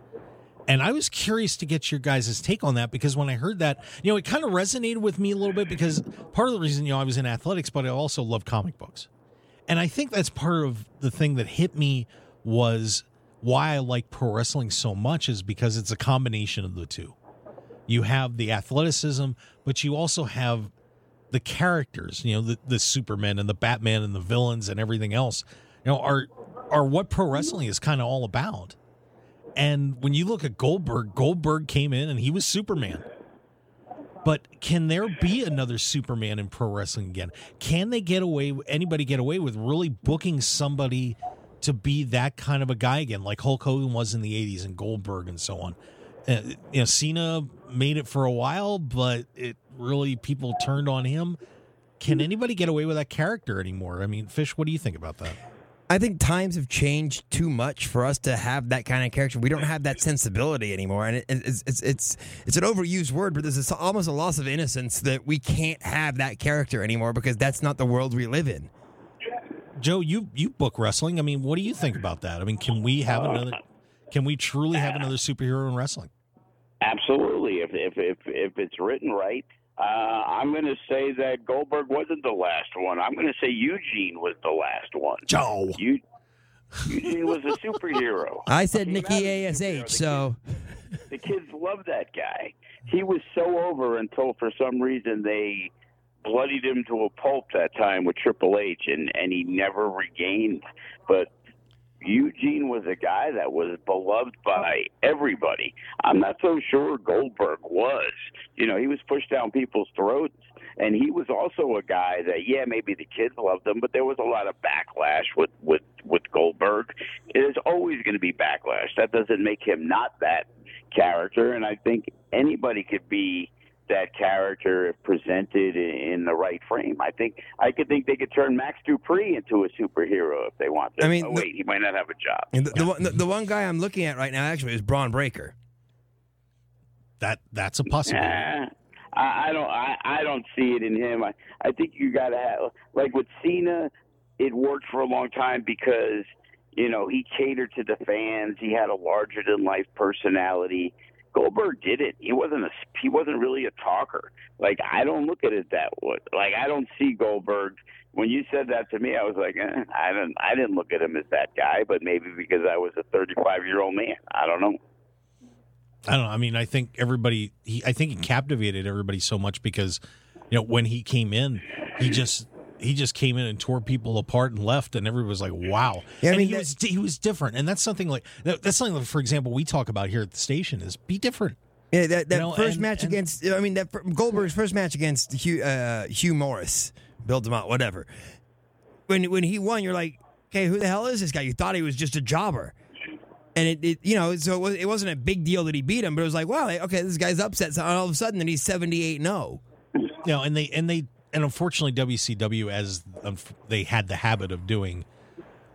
Speaker 2: And I was curious to get your guys' take on that because when I heard that, you know, it kind of resonated with me a little bit because part of the reason, you know, I was in athletics, but I also love comic books. And I think that's part of the thing that hit me was why I like pro wrestling so much is because it's a combination of the two. You have the athleticism, but you also have the characters, you know, the, the Superman and the Batman and the villains and everything else, you know, are are what pro wrestling is kind of all about. And when you look at Goldberg, Goldberg came in and he was Superman. But can there be another Superman in pro wrestling again? Can they get away anybody get away with really booking somebody to be that kind of a guy again like Hulk Hogan was in the 80s and Goldberg and so on? Uh, you know, Cena made it for a while, but it really people turned on him. Can anybody get away with that character anymore? I mean, Fish, what do you think about that?
Speaker 3: I think times have changed too much for us to have that kind of character. We don't have that sensibility anymore, and it, it's, it's it's it's an overused word, but there's this, almost a loss of innocence that we can't have that character anymore because that's not the world we live in.
Speaker 2: Joe, you you book wrestling. I mean, what do you think about that? I mean, can we have another? Can we truly have another superhero in wrestling?
Speaker 4: Absolutely, if if if, if it's written right, uh, I'm going to say that Goldberg wasn't the last one. I'm going to say Eugene was the last one.
Speaker 2: Joe,
Speaker 4: Eu- Eugene was a superhero.
Speaker 3: I said
Speaker 4: Came
Speaker 3: Nikki
Speaker 4: out as a superhero.
Speaker 3: Ash, so
Speaker 4: the kids loved that guy. He was so over until for some reason they bloodied him to a pulp that time with Triple H, and and he never regained. But Eugene was a guy that was beloved by everybody. I'm not so sure Goldberg was. You know, he was pushed down people's throats, and he was also a guy that, yeah, maybe the kids loved him, but there was a lot of backlash with with with Goldberg. There's always going to be backlash. That doesn't make him not that character, and I think anybody could be that character if presented in in the right frame. I think I could think they could turn Max Dupree into a superhero if they want. To.
Speaker 3: I mean,
Speaker 4: oh,
Speaker 3: the-
Speaker 4: wait, he might not have a job.
Speaker 3: and the, the, one- the, the one guy I'm looking at right now actually is Braun Breaker.
Speaker 2: that that's a possibility.
Speaker 4: Eh, I, I don't. I, I don't see it in him. I, I think you got to have like with Cena, it worked for a long time because you know he catered to the fans. He had a larger than life personality. Goldberg did it. He wasn't a. He wasn't really a talker. Like I don't look at it that way. Like I don't see Goldberg. When you said that to me, I was like, eh, I didn't. I didn't look at him as that guy. But maybe because I was a 35 year old man, I don't know.
Speaker 2: I don't know. I mean, I think everybody. He, I think he captivated everybody so much because, you know, when he came in, he just he just came in and tore people apart and left, and everybody was like, "Wow."
Speaker 3: Yeah, I
Speaker 2: and
Speaker 3: mean,
Speaker 2: he
Speaker 3: that-
Speaker 2: was he was different, and that's something like that, that's something. Like, for example, we talk about here at the station is be different.
Speaker 3: Yeah, that, that
Speaker 2: know,
Speaker 3: first
Speaker 2: and-
Speaker 3: match
Speaker 2: and-
Speaker 3: against, I mean, that fir- Goldberg's first match against Hugh, uh, Hugh Morris, Bill DeMott, whatever. When when he won, you're like, okay, who the hell is this guy? You thought he was just a jobber, and it, it you know, so it, was, it wasn't a big deal that he beat him, but it was like, wow, okay, this guy's upset. So all of a sudden, then he's oh. 78 0.
Speaker 2: You know, and they and they and unfortunately, WCW as um, they had the habit of doing,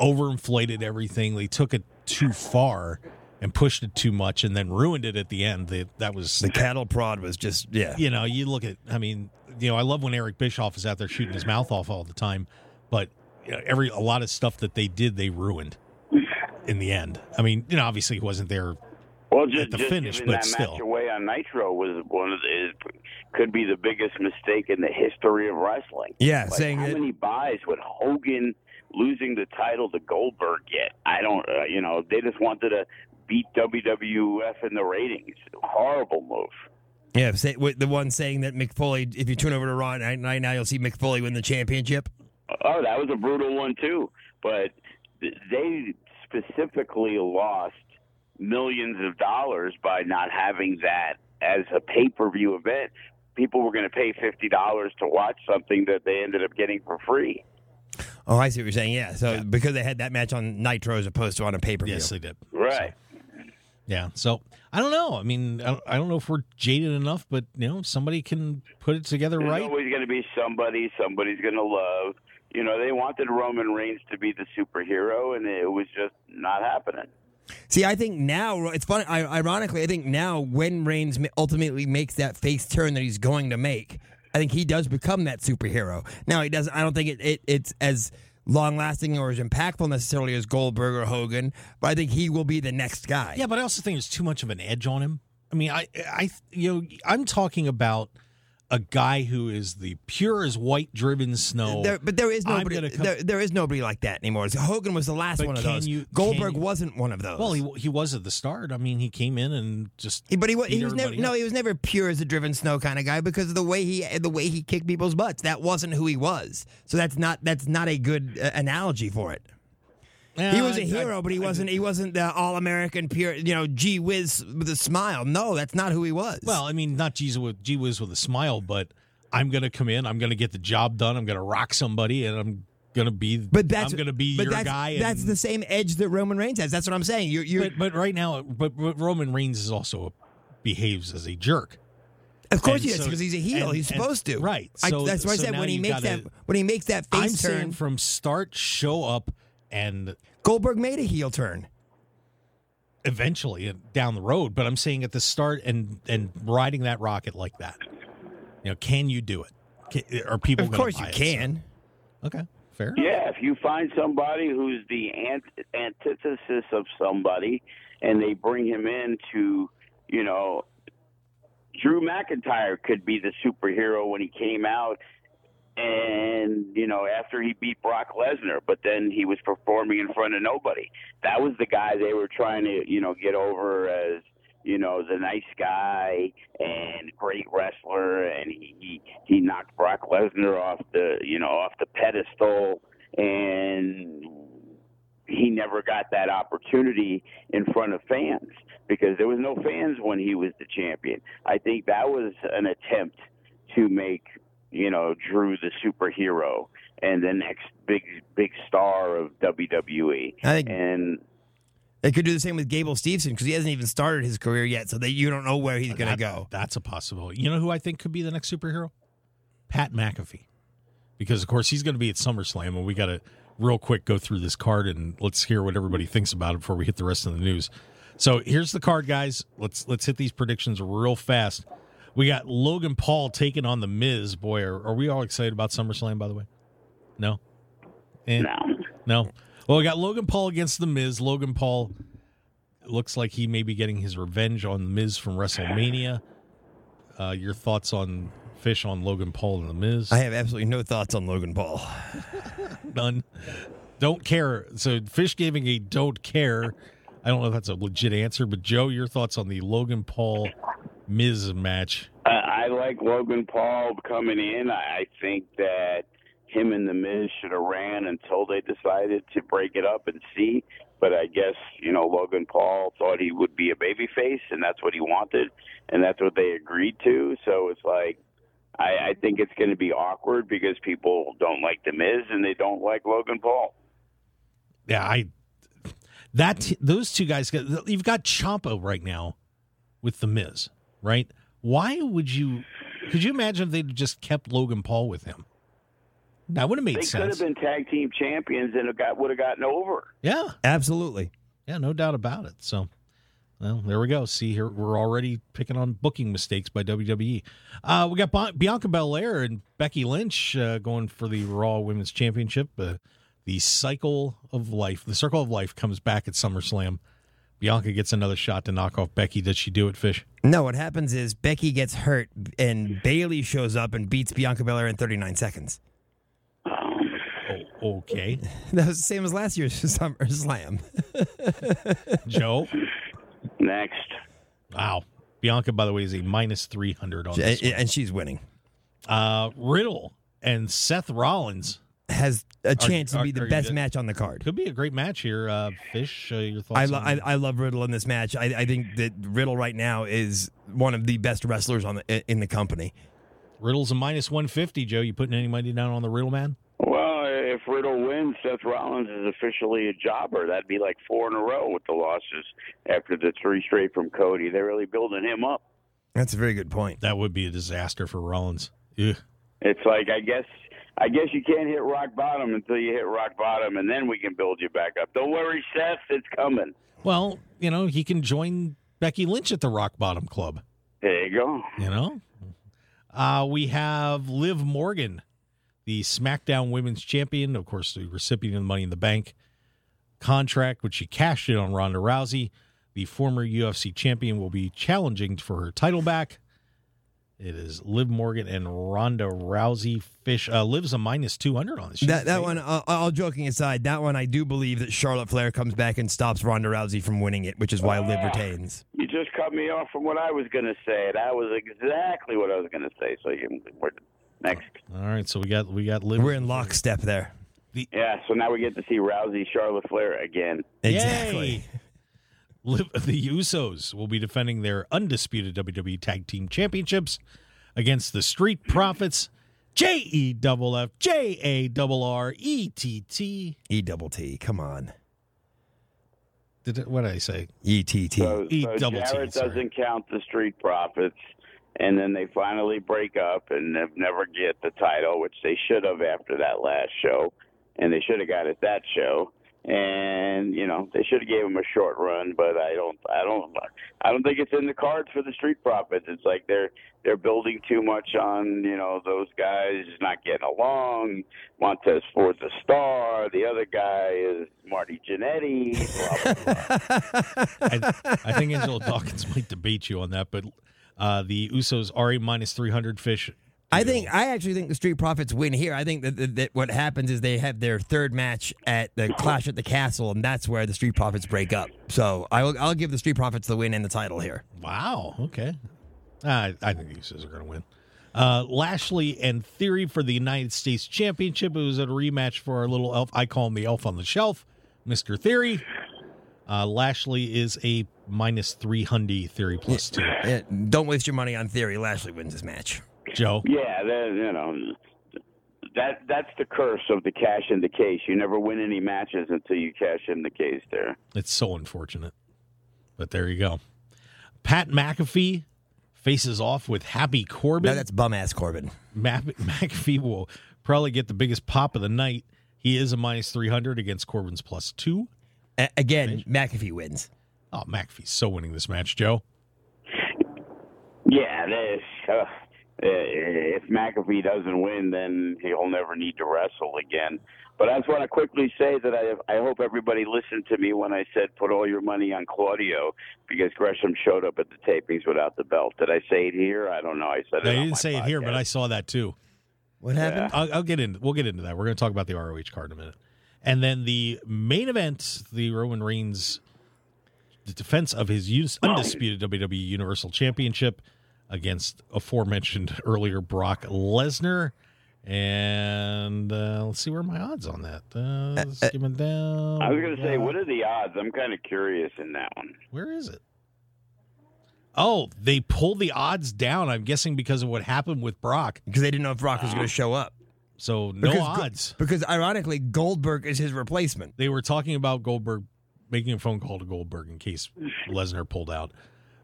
Speaker 2: overinflated everything. They took it too far and pushed it too much, and then ruined it at the end. They, that was
Speaker 3: The cattle prod was just, yeah.
Speaker 2: you know, you look at, I mean, you know, I love when Eric Bischoff is out there shooting his mouth off all the time, but you know, every a lot of stuff that they did, they ruined in the end. I mean, you know, obviously he wasn't there.
Speaker 4: Well, just,
Speaker 2: at the
Speaker 4: just
Speaker 2: finish,
Speaker 4: giving
Speaker 2: but
Speaker 4: that
Speaker 2: still.
Speaker 4: match away on Nitro was one of the, is- could be the biggest mistake in the history of wrestling.
Speaker 3: Yeah,
Speaker 4: Like,
Speaker 3: saying
Speaker 4: how
Speaker 3: that-
Speaker 4: many buys would Hogan losing the title to Goldberg get? I don't, uh, you know, they just wanted to beat WWF in the ratings. Horrible move.
Speaker 3: Yeah, say, with the one saying that Mick Foley, if you tune over to Raw right, right now, you'll see Mick Foley win the championship.
Speaker 4: Oh, that was a brutal one too. But th- they specifically lost millions of dollars by not having that as a pay-per-view event. People were going to pay fifty dollars to watch something that they ended up getting for free.
Speaker 3: Oh, I see what you're saying. Yeah, so because they had that match on Nitro as opposed to on a pay per view.
Speaker 2: Yes, they did.
Speaker 4: Right.
Speaker 2: Yeah. So I don't know. I mean, I don't, I don't know if we're jaded enough, but you know, somebody can put it together
Speaker 4: There's
Speaker 2: right.
Speaker 4: always going to be somebody somebody's going to love. You know, they wanted Roman Reigns to be the superhero, and it was just not happening.
Speaker 3: See, I think now it's funny. I, ironically, I think now when Reigns ma- ultimately makes that face turn that he's going to make, I think he does become that superhero. Now he doesn't. I don't think it, it it's as long lasting or as impactful necessarily as Goldberg or Hogan, but I think he will be the next guy.
Speaker 2: Yeah, but I also think there's too much of an edge on him. I mean, I, I, you know, I'm talking about a guy who is the pure as white driven snow.
Speaker 3: There, but there is
Speaker 2: I'm
Speaker 3: nobody.
Speaker 2: gonna come-
Speaker 3: there, there is nobody like that anymore. So Hogan was the last
Speaker 2: But
Speaker 3: one of
Speaker 2: can
Speaker 3: those.
Speaker 2: you- can
Speaker 3: Goldberg
Speaker 2: you-
Speaker 3: wasn't one of those.
Speaker 2: Well, he he was at the start. I mean, he came in and just.
Speaker 3: He- but he was,
Speaker 2: beat
Speaker 3: he was never
Speaker 2: everybody
Speaker 3: no
Speaker 2: up.
Speaker 3: he was never pure as a driven snow kind of guy because of the way he the way he kicked people's butts that wasn't who he was so that's not that's not a good uh, analogy for it
Speaker 2: Yeah,
Speaker 3: he was a
Speaker 2: I- I-
Speaker 3: hero but he
Speaker 2: I-
Speaker 3: wasn't he wasn't the all American pure you know gee whiz with a smile no that's not who he was
Speaker 2: well, I mean, not Jesus with G Wiz with a smile, but I'm gonna come in. I'm gonna get the job done. I'm gonna rock somebody, and I'm gonna be.
Speaker 3: but that's
Speaker 2: I'm gonna be
Speaker 3: but
Speaker 2: your
Speaker 3: that's,
Speaker 2: guy.
Speaker 3: that's
Speaker 2: and-
Speaker 3: the same edge that Roman Reigns has that's what I'm saying you're, you're
Speaker 2: But, but right now, but, but Roman Reigns is also behaves as a jerk.
Speaker 3: of course
Speaker 2: and
Speaker 3: he is
Speaker 2: so-
Speaker 3: because he's a heel
Speaker 2: and-
Speaker 3: he's
Speaker 2: and-
Speaker 3: supposed to
Speaker 2: right.
Speaker 3: I,
Speaker 2: So-
Speaker 3: that's why I
Speaker 2: so
Speaker 3: said
Speaker 2: now
Speaker 3: when he
Speaker 2: you
Speaker 3: makes
Speaker 2: gotta-
Speaker 3: that when he makes that
Speaker 2: I'm
Speaker 3: face turn
Speaker 2: saying from start, show up, and
Speaker 3: Goldberg made a heel turn
Speaker 2: eventually and down the road. But I'm saying at the start and and riding that rocket like that. You know, can you do it? Can, are people?
Speaker 3: of
Speaker 2: gonna
Speaker 3: course you
Speaker 2: buy it? So-
Speaker 3: can.
Speaker 2: okay, fair.
Speaker 4: Yeah, if you find somebody who's the ant- antithesis of somebody, and they bring him in to, you know, Drew McIntyre could be the superhero when he came out, and you know after he beat Brock Lesnar, but then he was performing in front of nobody. That was the guy they were trying to, you know, get over as. You know the nice guy and great wrestler, and he he, he knocked Brock Lesnar off the you know off the pedestal and he never got that opportunity in front of fans because there was no fans when he was the champion. I think that was an attempt to make you know Drew the superhero and the next big big star of WWE.
Speaker 3: I think-
Speaker 4: and
Speaker 3: They could do the same with Gable Steveson because he hasn't even started his career yet, so that you don't know where he's going to
Speaker 2: That-
Speaker 3: go.
Speaker 2: That's a possibility. You know who I think could be the next superhero? Pat McAfee. Because of course he's going to be at SummerSlam, and we got to real quick go through this card and let's hear what everybody thinks about it before we hit the rest of the news. So here's the card, guys. Let's let's hit these predictions real fast. We got Logan Paul taking on The Miz. Boy, are, are we all excited about SummerSlam, by the way? No? Eh,
Speaker 4: No.
Speaker 2: No? Well, we got Logan Paul against The Miz. Logan Paul looks like he may be getting his revenge on The Miz from WrestleMania. Uh, your thoughts on Fish on Logan Paul and The Miz?
Speaker 3: I have absolutely no thoughts on Logan Paul.
Speaker 2: None. Don't care. So Fish giving a don't care. I don't know if that's a legit answer, but Joe, your thoughts on the Logan Paul Miz match?
Speaker 4: Uh, I like Logan Paul coming in. I I think that him and the Miz should have ran until they decided to break it up and see. But I guess you know Logan Paul thought he would be a babyface, and that's what he wanted, and that's what they agreed to. So it's like I, I think it's going to be awkward because people don't like the Miz and they don't like Logan Paul.
Speaker 2: Yeah, I that those two guys. got- You've got Champa right now with the Miz, right? Why would you? Could you imagine if they'd just kept Logan Paul with him? That would have made
Speaker 4: They could have
Speaker 2: sense.
Speaker 4: been tag team champions and it got would have gotten over.
Speaker 2: Yeah,
Speaker 3: Absolutely.
Speaker 2: yeah, no doubt about it. So, well, there we go. See here, we're already picking on booking mistakes by WWE. Uh, we got bon- Bianca Belair and Becky Lynch uh, going for the Raw Women's Championship. Uh, the cycle of life, the circle of life, comes back at SummerSlam. Bianca gets another shot to knock off Becky. Does she do it, Fish?
Speaker 3: No, what happens is Becky gets hurt and Bailey shows up and beats Bianca Belair in 39 seconds.
Speaker 2: Oh, okay,
Speaker 3: That was the same as last year's Summer Slam.
Speaker 2: Joe.
Speaker 4: Next.
Speaker 2: Wow, Bianca, by the way, is a minus three hundred on this. one.
Speaker 3: and she's winning.
Speaker 2: Uh, Riddle and Seth Rollins
Speaker 3: Has a chance
Speaker 2: are-
Speaker 3: to be the
Speaker 2: are you
Speaker 3: best
Speaker 2: good?
Speaker 3: match on the card.
Speaker 2: could be a great match here. Uh, Fish, uh, your thoughts?
Speaker 3: I, lo-
Speaker 2: on
Speaker 3: I, I love Riddle in this match. I, I think that Riddle right now is one of the best wrestlers on the in the company.
Speaker 2: Riddle's a minus 150, Joe. You putting any money down on the Riddle man?
Speaker 4: Well, if Riddle wins, Seth Rollins is officially a jobber. That'd be like four in a row with the losses after the three straight from Cody. They're really building him up.
Speaker 3: That's a very good point.
Speaker 2: That would be a disaster for Rollins. Ugh.
Speaker 4: It's like I guess I guess you can't hit rock bottom until you hit rock bottom, and then we can build you back up. Don't worry, Seth, it's coming.
Speaker 2: Well, you know, he can join Becky Lynch at the Rock Bottom Club,
Speaker 4: There you go.
Speaker 2: you know? Uh, we have Liv Morgan, the SmackDown Women's Champion, of course, the recipient of the Money in the Bank contract, which she cashed in on Ronda Rousey. The former UFC champion will be challenging for her title back. It is Liv Morgan and Ronda Rousey. Fish uh, Liv's a minus two hundred on this. She's
Speaker 3: That that
Speaker 2: favored.
Speaker 3: one, uh, all joking aside, that one I do believe that Charlotte Flair comes back and stops Ronda Rousey from winning it, which is why Liv retains.
Speaker 4: You just cut me off from what I was going to say. That was exactly what I was going to say. So you, we're next.
Speaker 2: All right, so we got we got Liv.
Speaker 3: We're in lockstep there.
Speaker 4: Yeah. So now we get to see Rousey, Charlotte Flair again.
Speaker 3: Exactly.
Speaker 2: Yay! Liv, the Usos will be defending their undisputed WWE Tag Team Championships against the Street Profits. J E double F J A double R E T T.
Speaker 3: E double T. Come on.
Speaker 2: Did it, what did I say?
Speaker 3: E T T.
Speaker 4: So,
Speaker 2: E
Speaker 4: so
Speaker 2: double T,
Speaker 4: Jarrett
Speaker 2: sorry.
Speaker 4: doesn't count the street profits, and then they finally break up and have never get the title, which they should have after that last show, and they should have got it that show. And you know they should have gave him a short run, but I don't, I don't, I don't think it's in the cards for the street profits. It's like they're they're building too much on you know those guys not getting along. Montez Ford's a star. The other guy is Marty Jannetty. Blah, blah, blah.
Speaker 2: I, I think Angela Dawkins might debate you on that, but uh, the Usos are a minus 300 fish.
Speaker 3: I think I actually think the Street Profits win here. I think that, that, that what happens is they have their third match at the Clash at the Castle, and that's where the Street Profits break up. So I will I'll give the Street Profits the win and the title here.
Speaker 2: Wow. Okay. I I think the Usos are going to win. Uh, Lashley and Theory for the United States Championship. It was a rematch for our little elf. I call him the elf on the shelf, Mr. Theory. Uh, Lashley is a minus 300 Theory plus two.
Speaker 3: Eh, Don't waste your money on theory. Lashley wins this match.
Speaker 2: Joe.
Speaker 4: Yeah, that, you know, that that's the curse of the cash in the case. You never win any matches until you cash in the case. There,
Speaker 2: It's so unfortunate. But there you go. Pat McAfee faces off with Happy Corbin.
Speaker 3: No, that's bum ass Corbin.
Speaker 2: Mac- McAfee will probably get the biggest pop of the night. He is a minus 300 against Corbin's plus two.
Speaker 3: A- again, McAfee wins.
Speaker 2: Oh, McAfee's so winning this match, Joe.
Speaker 4: Yeah, this. Uh, if McAfee doesn't win, then he'll never need to wrestle again. But I just want to quickly say that I, I hope everybody listened to me when I said put all your money on Claudio because Gresham showed up at the tapings without the belt. Did I say it here? I don't know. I said
Speaker 2: No,
Speaker 4: it.
Speaker 2: you
Speaker 4: on my
Speaker 2: didn't say it here, but I
Speaker 4: podcast.
Speaker 2: saw that too.
Speaker 3: What happened?
Speaker 2: I'll, I'll get into. We'll get into that. We're going to talk about the ROH card in a minute, and then the main event, the Roman Reigns the defense of his uni- undisputed WWE Universal Championship against aforementioned earlier Brock Lesnar. And uh, let's see where are my odds on that. Uh, skimming down.
Speaker 4: I was going to say,
Speaker 2: Yeah.
Speaker 4: what are the odds? I'm kind of curious in that one.
Speaker 2: Where is it? Oh, they pulled the odds down. I'm guessing because of what happened with Brock.
Speaker 3: Because they didn't know if Rock was going to show up.
Speaker 2: So no
Speaker 3: Because Go-
Speaker 2: odds.
Speaker 3: because ironically, Goldberg is his replacement.
Speaker 2: they were talking about Goldberg making a phone call to Goldberg in case Lesnar pulled out.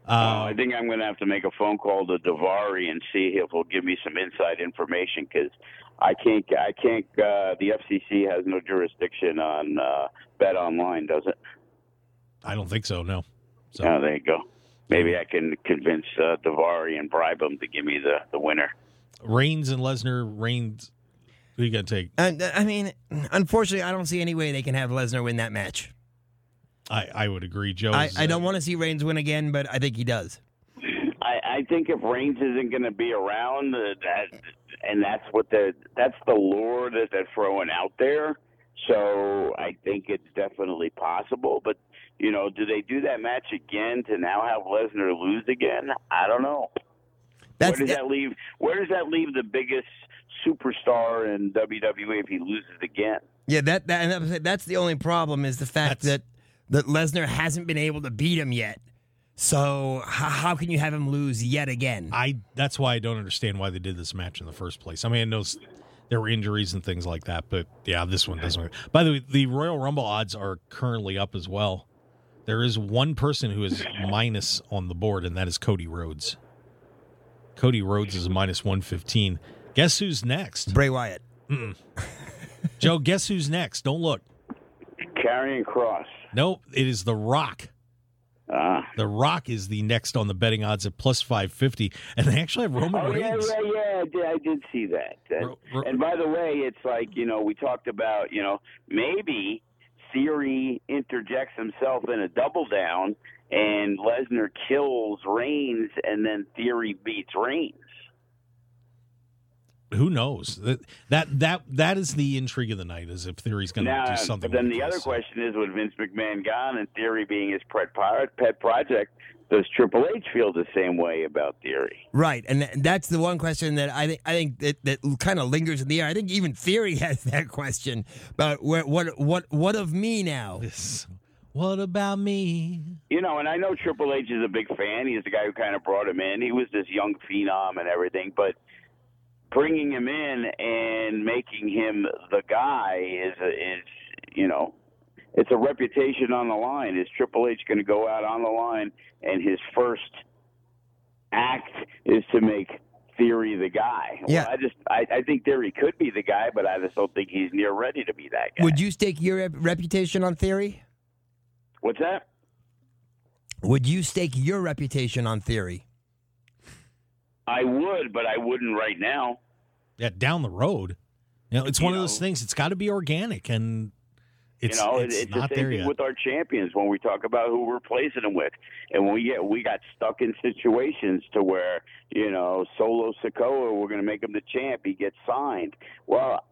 Speaker 4: Uh, I
Speaker 2: Uh,
Speaker 4: think I'm going to have to make a phone call to Davari and see if he'll give me some inside information because I can't. I can't. Uh, the FCC has no jurisdiction on uh, Bet Online, does it?
Speaker 2: I don't think so. No. So
Speaker 4: Oh, there you go. Maybe I can convince uh, Davari and bribe him to give me the, the winner.
Speaker 2: Reigns and Lesnar. Reigns. Who you gonna take?
Speaker 3: And uh, I mean, unfortunately, I don't see any way they can have Lesnar win that match.
Speaker 2: I, I would agree, Joe.
Speaker 3: I,
Speaker 2: is,
Speaker 3: I don't
Speaker 2: uh,
Speaker 3: want to see Reigns win again, but I think he does.
Speaker 4: I, I think if Reigns isn't going to be around, uh, that and that's what the that's the lore that they're throwing out there. So I think it's definitely possible. But you know, do they do that match again to now have Lesnar lose again? I don't know.
Speaker 3: That's
Speaker 4: where does that leave? Where does that leave the biggest superstar in WWE if he loses again?
Speaker 3: yeah. That, that and that- that's the only problem is the fact
Speaker 2: That's-
Speaker 3: that that Lesnar hasn't been able to beat him yet. So h- how can you have him lose yet again?
Speaker 2: I that's why I don't understand why they did this match in the first place. I mean, I know s- there were injuries and things like that, but yeah, this one doesn't. work. By the way, the Royal Rumble odds are currently up as well. There is one person who is minus on the board, and that is Cody Rhodes. Cody Rhodes is minus one fifteen. Guess who's next?
Speaker 3: Bray Wyatt.
Speaker 2: Joe, guess who's next? Don't look.
Speaker 4: Carrying Cross.
Speaker 2: No, it is The Rock.
Speaker 4: Uh,
Speaker 2: The Rock is the next on the betting odds at plus five fifty, and they actually have Roman
Speaker 4: oh yeah,
Speaker 2: Reigns.
Speaker 4: yeah, yeah. I did, I did see that. And,
Speaker 2: Ro- ro-
Speaker 4: and by the way, it's like you know we talked about you know maybe Theory interjects himself in a double down, and Lesnar kills Reigns, and then Theory beats Reigns.
Speaker 2: who knows that that that that is the intrigue of the night is if theory's going to
Speaker 4: Now,
Speaker 2: do something
Speaker 4: but then
Speaker 2: with
Speaker 4: the other
Speaker 2: this.
Speaker 4: question is, with Vince McMahon gone and Theory being his pet pirate, pet project, does Triple H feel the same way about Theory?
Speaker 3: Right, and th- that's the one question that I think I think that, that kind of lingers in the air. I think even theory has that question about where, what what what of me now?
Speaker 2: This- what about me
Speaker 4: You know, and I know Triple H is a big fan. He's the guy who kind of brought him in. He was this young phenom and everything, but bringing him in and making him the guy is is you know, it's a reputation on the line. Is Triple H going to go out on the line and his first act is to make Theory the guy?
Speaker 3: Yeah.
Speaker 4: Well, I just I, I think Theory could be the guy, but I just don't think he's near ready to be that guy.
Speaker 3: Would you stake your rep- reputation on theory?
Speaker 4: What's that?
Speaker 3: Would you stake your reputation on theory?
Speaker 4: I would, but I wouldn't right now.
Speaker 2: yeah down the road you know it's one
Speaker 4: You
Speaker 2: of those
Speaker 4: know.
Speaker 2: things it's got to be organic and it's,
Speaker 4: you know, it-
Speaker 2: it's,
Speaker 4: it's
Speaker 2: not
Speaker 4: the same
Speaker 2: there
Speaker 4: thing
Speaker 2: yet
Speaker 4: with our champions when we talk about who we're placing them with, and we get we got stuck in situations to where you know Solo Sokoa, we're going to make him the champ. He gets signed. Well,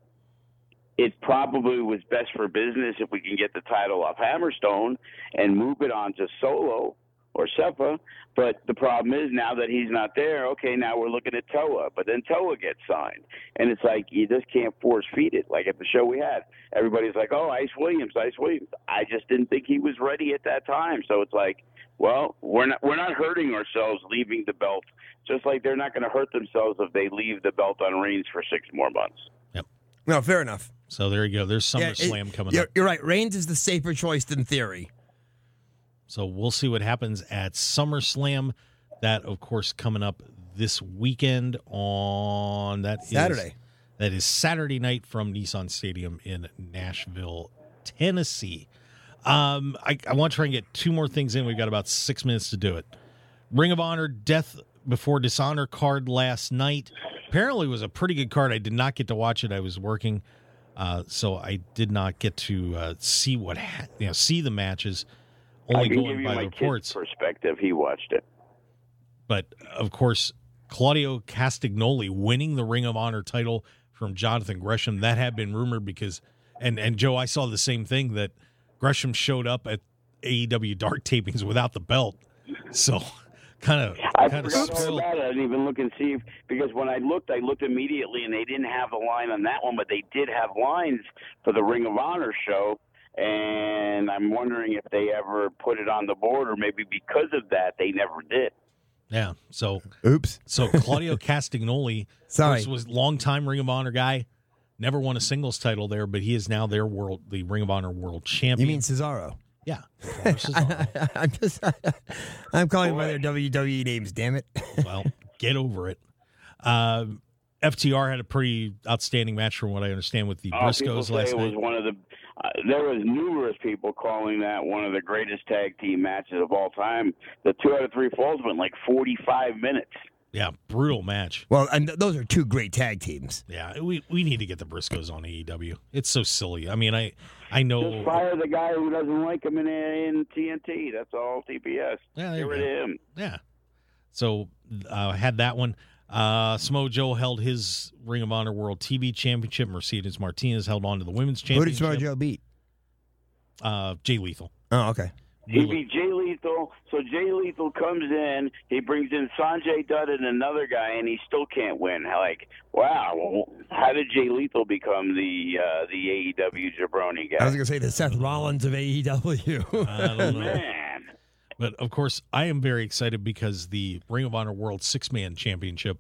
Speaker 4: it probably was best for business if we can get the title off Hammerstone and move it on to Solo or Seppa. But the problem is now that he's not there, okay, now we're looking at Toa. But then Toa gets signed. And it's like, you just can't force feed it. Like at the show we had, everybody's like, oh, Ice Williams, Ice Williams. I just didn't think he was ready at that time. So it's like, well, we're not we're not hurting ourselves leaving the belt, just like they're not going to hurt themselves if they leave the belt on Reigns for six more months.
Speaker 3: No, fair enough.
Speaker 2: so there you go there's
Speaker 3: Yeah, it-
Speaker 2: SummerSlam coming
Speaker 3: you're,
Speaker 2: up
Speaker 3: You're right. Reigns is the safer choice than theory.
Speaker 2: so we'll see what happens at SummerSlam that of course coming up this weekend on that is-
Speaker 3: Saturday.
Speaker 2: that is Saturday night from Nissan Stadium in Nashville Tennessee Um, I, I want to try and get two more things in. We've got about six minutes to do it. Ring of Honor Death before Dishonor card last night. Apparently, it was a pretty good card. I did not get to watch it. I was working, uh, so I did not get to uh, see what ha- you know see the matches.
Speaker 4: I
Speaker 2: Only
Speaker 4: can give
Speaker 2: going
Speaker 4: you
Speaker 2: by the
Speaker 4: my
Speaker 2: reports.
Speaker 4: kid's perspective. He watched it.
Speaker 2: but of course, Claudio Castagnoli winning the Ring of Honor title from Jonathan Gresham that had been rumored because, and and Joe, I saw the same thing that Gresham showed up at AEW Dark tapings without the belt, so kind of
Speaker 4: I
Speaker 2: kind of
Speaker 4: forgot all
Speaker 2: spoiled.
Speaker 4: about it. I didn't even look and see if, because when I looked, I looked immediately, and they didn't have a line on that one, but they did have lines for the Ring of Honor show. And I'm wondering if they ever put it on the board, or maybe because of that, they never did.
Speaker 2: Yeah, so
Speaker 3: Oops.
Speaker 2: so Claudio Castagnoli
Speaker 3: Sorry.
Speaker 2: This was longtime Ring of Honor guy, never won a singles title there, but he is now their world, the Ring of Honor world
Speaker 3: You
Speaker 2: champion.
Speaker 3: mean Cesaro?
Speaker 2: yeah, former Cesaro.
Speaker 3: I'm just, I'm calling by
Speaker 4: Boy.
Speaker 3: their WWE names. Damn it!
Speaker 2: well, get over it. Uh, FTR had a pretty outstanding match, from what I understand, with the
Speaker 4: Oh, people
Speaker 2: Briscoes
Speaker 4: say
Speaker 2: last
Speaker 4: it was
Speaker 2: night.
Speaker 4: one of the. Uh, there was numerous people calling that one of the greatest tag team matches of all time. The two out of three falls went like 45 minutes.
Speaker 2: Yeah, brutal match.
Speaker 3: Well, and th- those are two great tag teams.
Speaker 2: Yeah, we, we need to get the Briscoes on AEW. It's so silly. I mean, I I
Speaker 4: Just
Speaker 2: know.
Speaker 4: fire the guy who doesn't like him in, in TNT. That's all TBS.
Speaker 2: Yeah, there
Speaker 4: Get
Speaker 2: you
Speaker 4: rid
Speaker 2: go.
Speaker 4: of him.
Speaker 2: Yeah. So uh, had that one. Uh, Smojo held his Ring of Honor World TV Championship. Mercedes Martinez held on to the Women's
Speaker 3: Who did
Speaker 2: Championship.
Speaker 3: Samoa beat?
Speaker 2: Uh, Jay Lethal.
Speaker 3: Oh, okay.
Speaker 4: He beat Jay Lethal. So Jay Lethal comes in. He brings in Sanjay Dutt and another guy, and he still can't win. Like, wow, well, how did Jay Lethal become the uh, the AEW jabroni guy?
Speaker 3: I was gonna say the Seth Rollins of E AEW.
Speaker 2: I don't know.
Speaker 4: Man,
Speaker 2: But of course, I am very excited because the Ring of Honor World Six Man Championship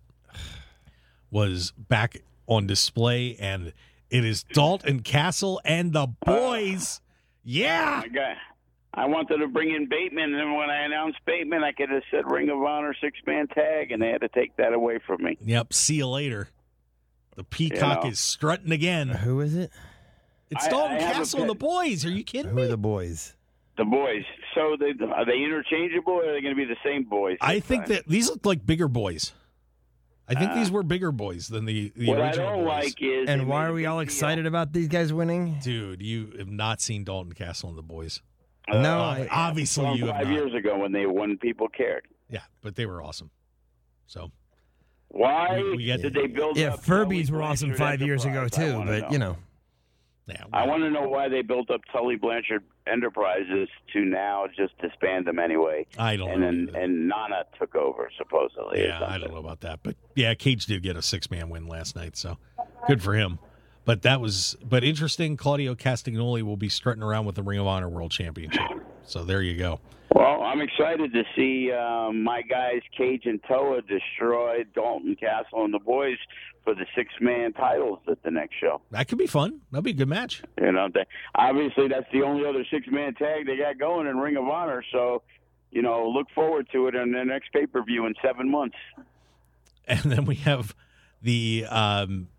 Speaker 2: was back on display, and it is Dalton Castle and the boys. Yeah,
Speaker 4: I got. I wanted to bring in Bateman, and then when I announced Bateman, I could have said Ring of Honor six man tag, and they had to take that away from me.
Speaker 2: yep. See you later. The peacock
Speaker 4: Yeah.
Speaker 2: is strutting again.
Speaker 3: Who is it?
Speaker 2: It's
Speaker 4: I-
Speaker 2: Dalton
Speaker 4: I have a
Speaker 2: Castle and the
Speaker 4: pet-
Speaker 2: boys. Are you kidding
Speaker 3: Who
Speaker 2: me?
Speaker 3: are the boys?
Speaker 4: The boys. So they are they interchangeable? Or are they going to be the same boys?
Speaker 2: I
Speaker 4: this
Speaker 2: think
Speaker 4: time?
Speaker 2: that these look like bigger boys. I think these were bigger boys than the, the
Speaker 4: what Uh, I
Speaker 2: original
Speaker 4: don't
Speaker 2: boys.
Speaker 4: like is. they
Speaker 3: And why
Speaker 4: made
Speaker 3: are
Speaker 4: a
Speaker 3: we
Speaker 4: big
Speaker 3: all
Speaker 4: deal.
Speaker 3: excited about these guys winning?
Speaker 2: Dude, you have not seen Dalton Castle and the boys.
Speaker 3: No,
Speaker 2: Ob-
Speaker 3: I,
Speaker 2: Obviously,
Speaker 4: From
Speaker 2: you have
Speaker 4: five
Speaker 2: not.
Speaker 4: years ago when they when people cared.
Speaker 2: Yeah, but they were awesome. So
Speaker 4: Why
Speaker 2: We- we get-
Speaker 4: did they build?
Speaker 3: yeah,
Speaker 4: up
Speaker 3: Furbies
Speaker 4: Tully
Speaker 3: were awesome
Speaker 4: Blanchard
Speaker 3: five years ago
Speaker 4: Enterprise? I
Speaker 3: too,
Speaker 4: wanna
Speaker 3: but you know,
Speaker 2: yeah,
Speaker 4: I want to know why they built up Tully Blanchard Enterprises to now just disband them anyway,
Speaker 2: I don't
Speaker 4: and
Speaker 2: know.
Speaker 4: then
Speaker 2: either.
Speaker 4: and Nana took over supposedly. or
Speaker 2: yeah, I
Speaker 4: something.
Speaker 2: don't know about that, but yeah, Cage did get a six man win last night, so good for him. But that was but interesting. Claudio Castagnoli will be strutting around with the Ring of Honor World Championship. So there you go.
Speaker 4: Well, I'm excited to see um, my guys Cage and Toa destroy Dalton Castle and the boys for the six man titles at the next show.
Speaker 2: That could be fun. That'd be a good match.
Speaker 4: You know, they, obviously that's the only other six man tag they got going in Ring of Honor. So, you know, look forward to it in their next pay per view in seven months.
Speaker 2: And then we have the um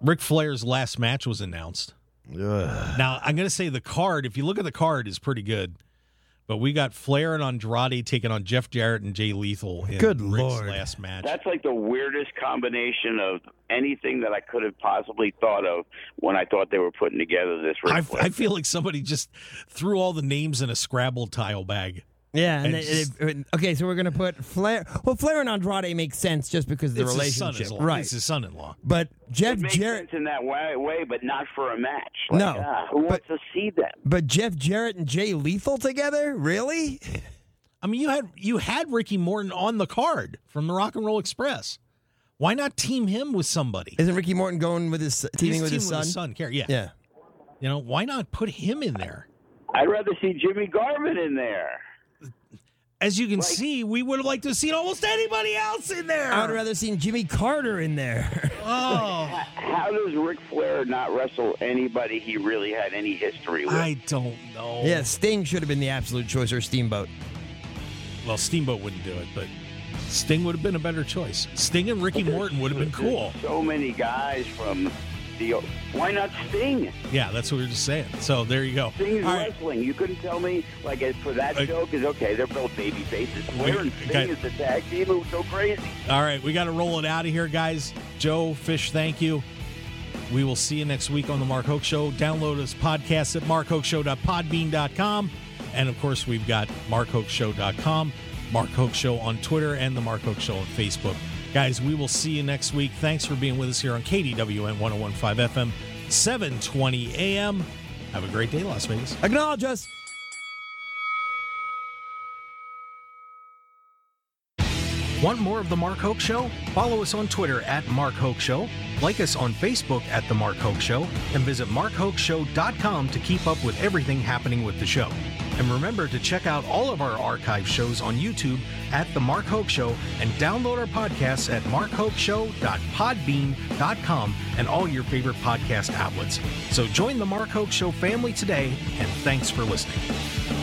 Speaker 2: Ric Flair's last match was announced. Now I'm gonna say the card, if you look at the card, is pretty good. But we got Flair and Andrade taking on Jeff Jarrett and Jay Lethal in
Speaker 3: Good
Speaker 2: Ric's
Speaker 3: Lord.
Speaker 2: last match.
Speaker 4: That's like the weirdest combination of anything that I could have possibly thought of when I thought they were putting together this Ric
Speaker 2: I,
Speaker 4: Flair.
Speaker 2: I feel like somebody just threw all the names in a Scrabble tile bag.
Speaker 3: yeah. And
Speaker 2: And just-
Speaker 3: they- they- okay, so we're gonna put Flair. Well, Flair and Andrade makes sense just because of the
Speaker 2: it's His
Speaker 3: relationship,
Speaker 2: son-in-law.
Speaker 3: right?
Speaker 2: It's his son-in-law.
Speaker 3: But Jeff
Speaker 4: it makes
Speaker 3: Jarrett,
Speaker 4: sense in that way, way, but not for a match. Like,
Speaker 3: No,
Speaker 4: ah, who wants to see that?
Speaker 3: but Jeff Jarrett and Jay Lethal together, really?
Speaker 2: I mean, you had you had Ricky Morton on the card from the Rock and Roll Express. Why not team him with somebody?
Speaker 3: Isn't Ricky Morton going with his
Speaker 2: He's
Speaker 3: teaming with his
Speaker 2: teaming
Speaker 3: son?
Speaker 2: Care, yeah.
Speaker 3: Yeah.
Speaker 2: You know, why not put him in there?
Speaker 4: I'd rather see Jimmy Garvin in there.
Speaker 2: As you can see, we would have liked to have seen almost anybody else in there.
Speaker 3: I would rather seen Jimmy Carter in there.
Speaker 2: oh,
Speaker 4: How does Ric Flair not wrestle anybody he really had any history with?
Speaker 2: I don't know.
Speaker 3: yeah, Sting should have been the absolute choice or Steamboat.
Speaker 2: Well, Steamboat wouldn't do it, but Sting would have been a better choice. Sting and Ricky Morton would have been cool.
Speaker 4: so many guys from the. Why not Sting?
Speaker 2: Yeah, that's what we were just saying. So there you go.
Speaker 4: Sting is
Speaker 2: All right.
Speaker 4: wrestling. You couldn't tell me like as for that
Speaker 2: Uh,
Speaker 4: joke is okay. They're both baby faces.
Speaker 2: we-
Speaker 4: Flair and Sting
Speaker 2: okay.
Speaker 4: is the tag team. It was so crazy.
Speaker 2: All right, we got to roll it out of here, guys. Joe Fish, thank you. We will see you next week on the Mark Hoke Show. Download his podcast at markhokeshow.podbean.com. And of course, we've got markhokeshow.com, Mark Hoke Show on Twitter, and the Mark Hoke Show on Facebook. Guys, we will see you next week. Thanks for being with us here on KDWN 1015 FM, 720 AM. Have a great day, Las Vegas.
Speaker 3: Acknowledge us.
Speaker 2: Want more of The Mark Hoke Show? Follow us on Twitter at Mark Hoke Show, like us on Facebook at The Mark Hoke Show, and visit markhokeshow.com to keep up with everything happening with the show. And remember to check out all of our archive shows on YouTube at The Mark Hoke Show and download our podcasts at markhokeshow.podbean.com and all your favorite podcast outlets. So join The Mark Hoke Show family today, and thanks for listening.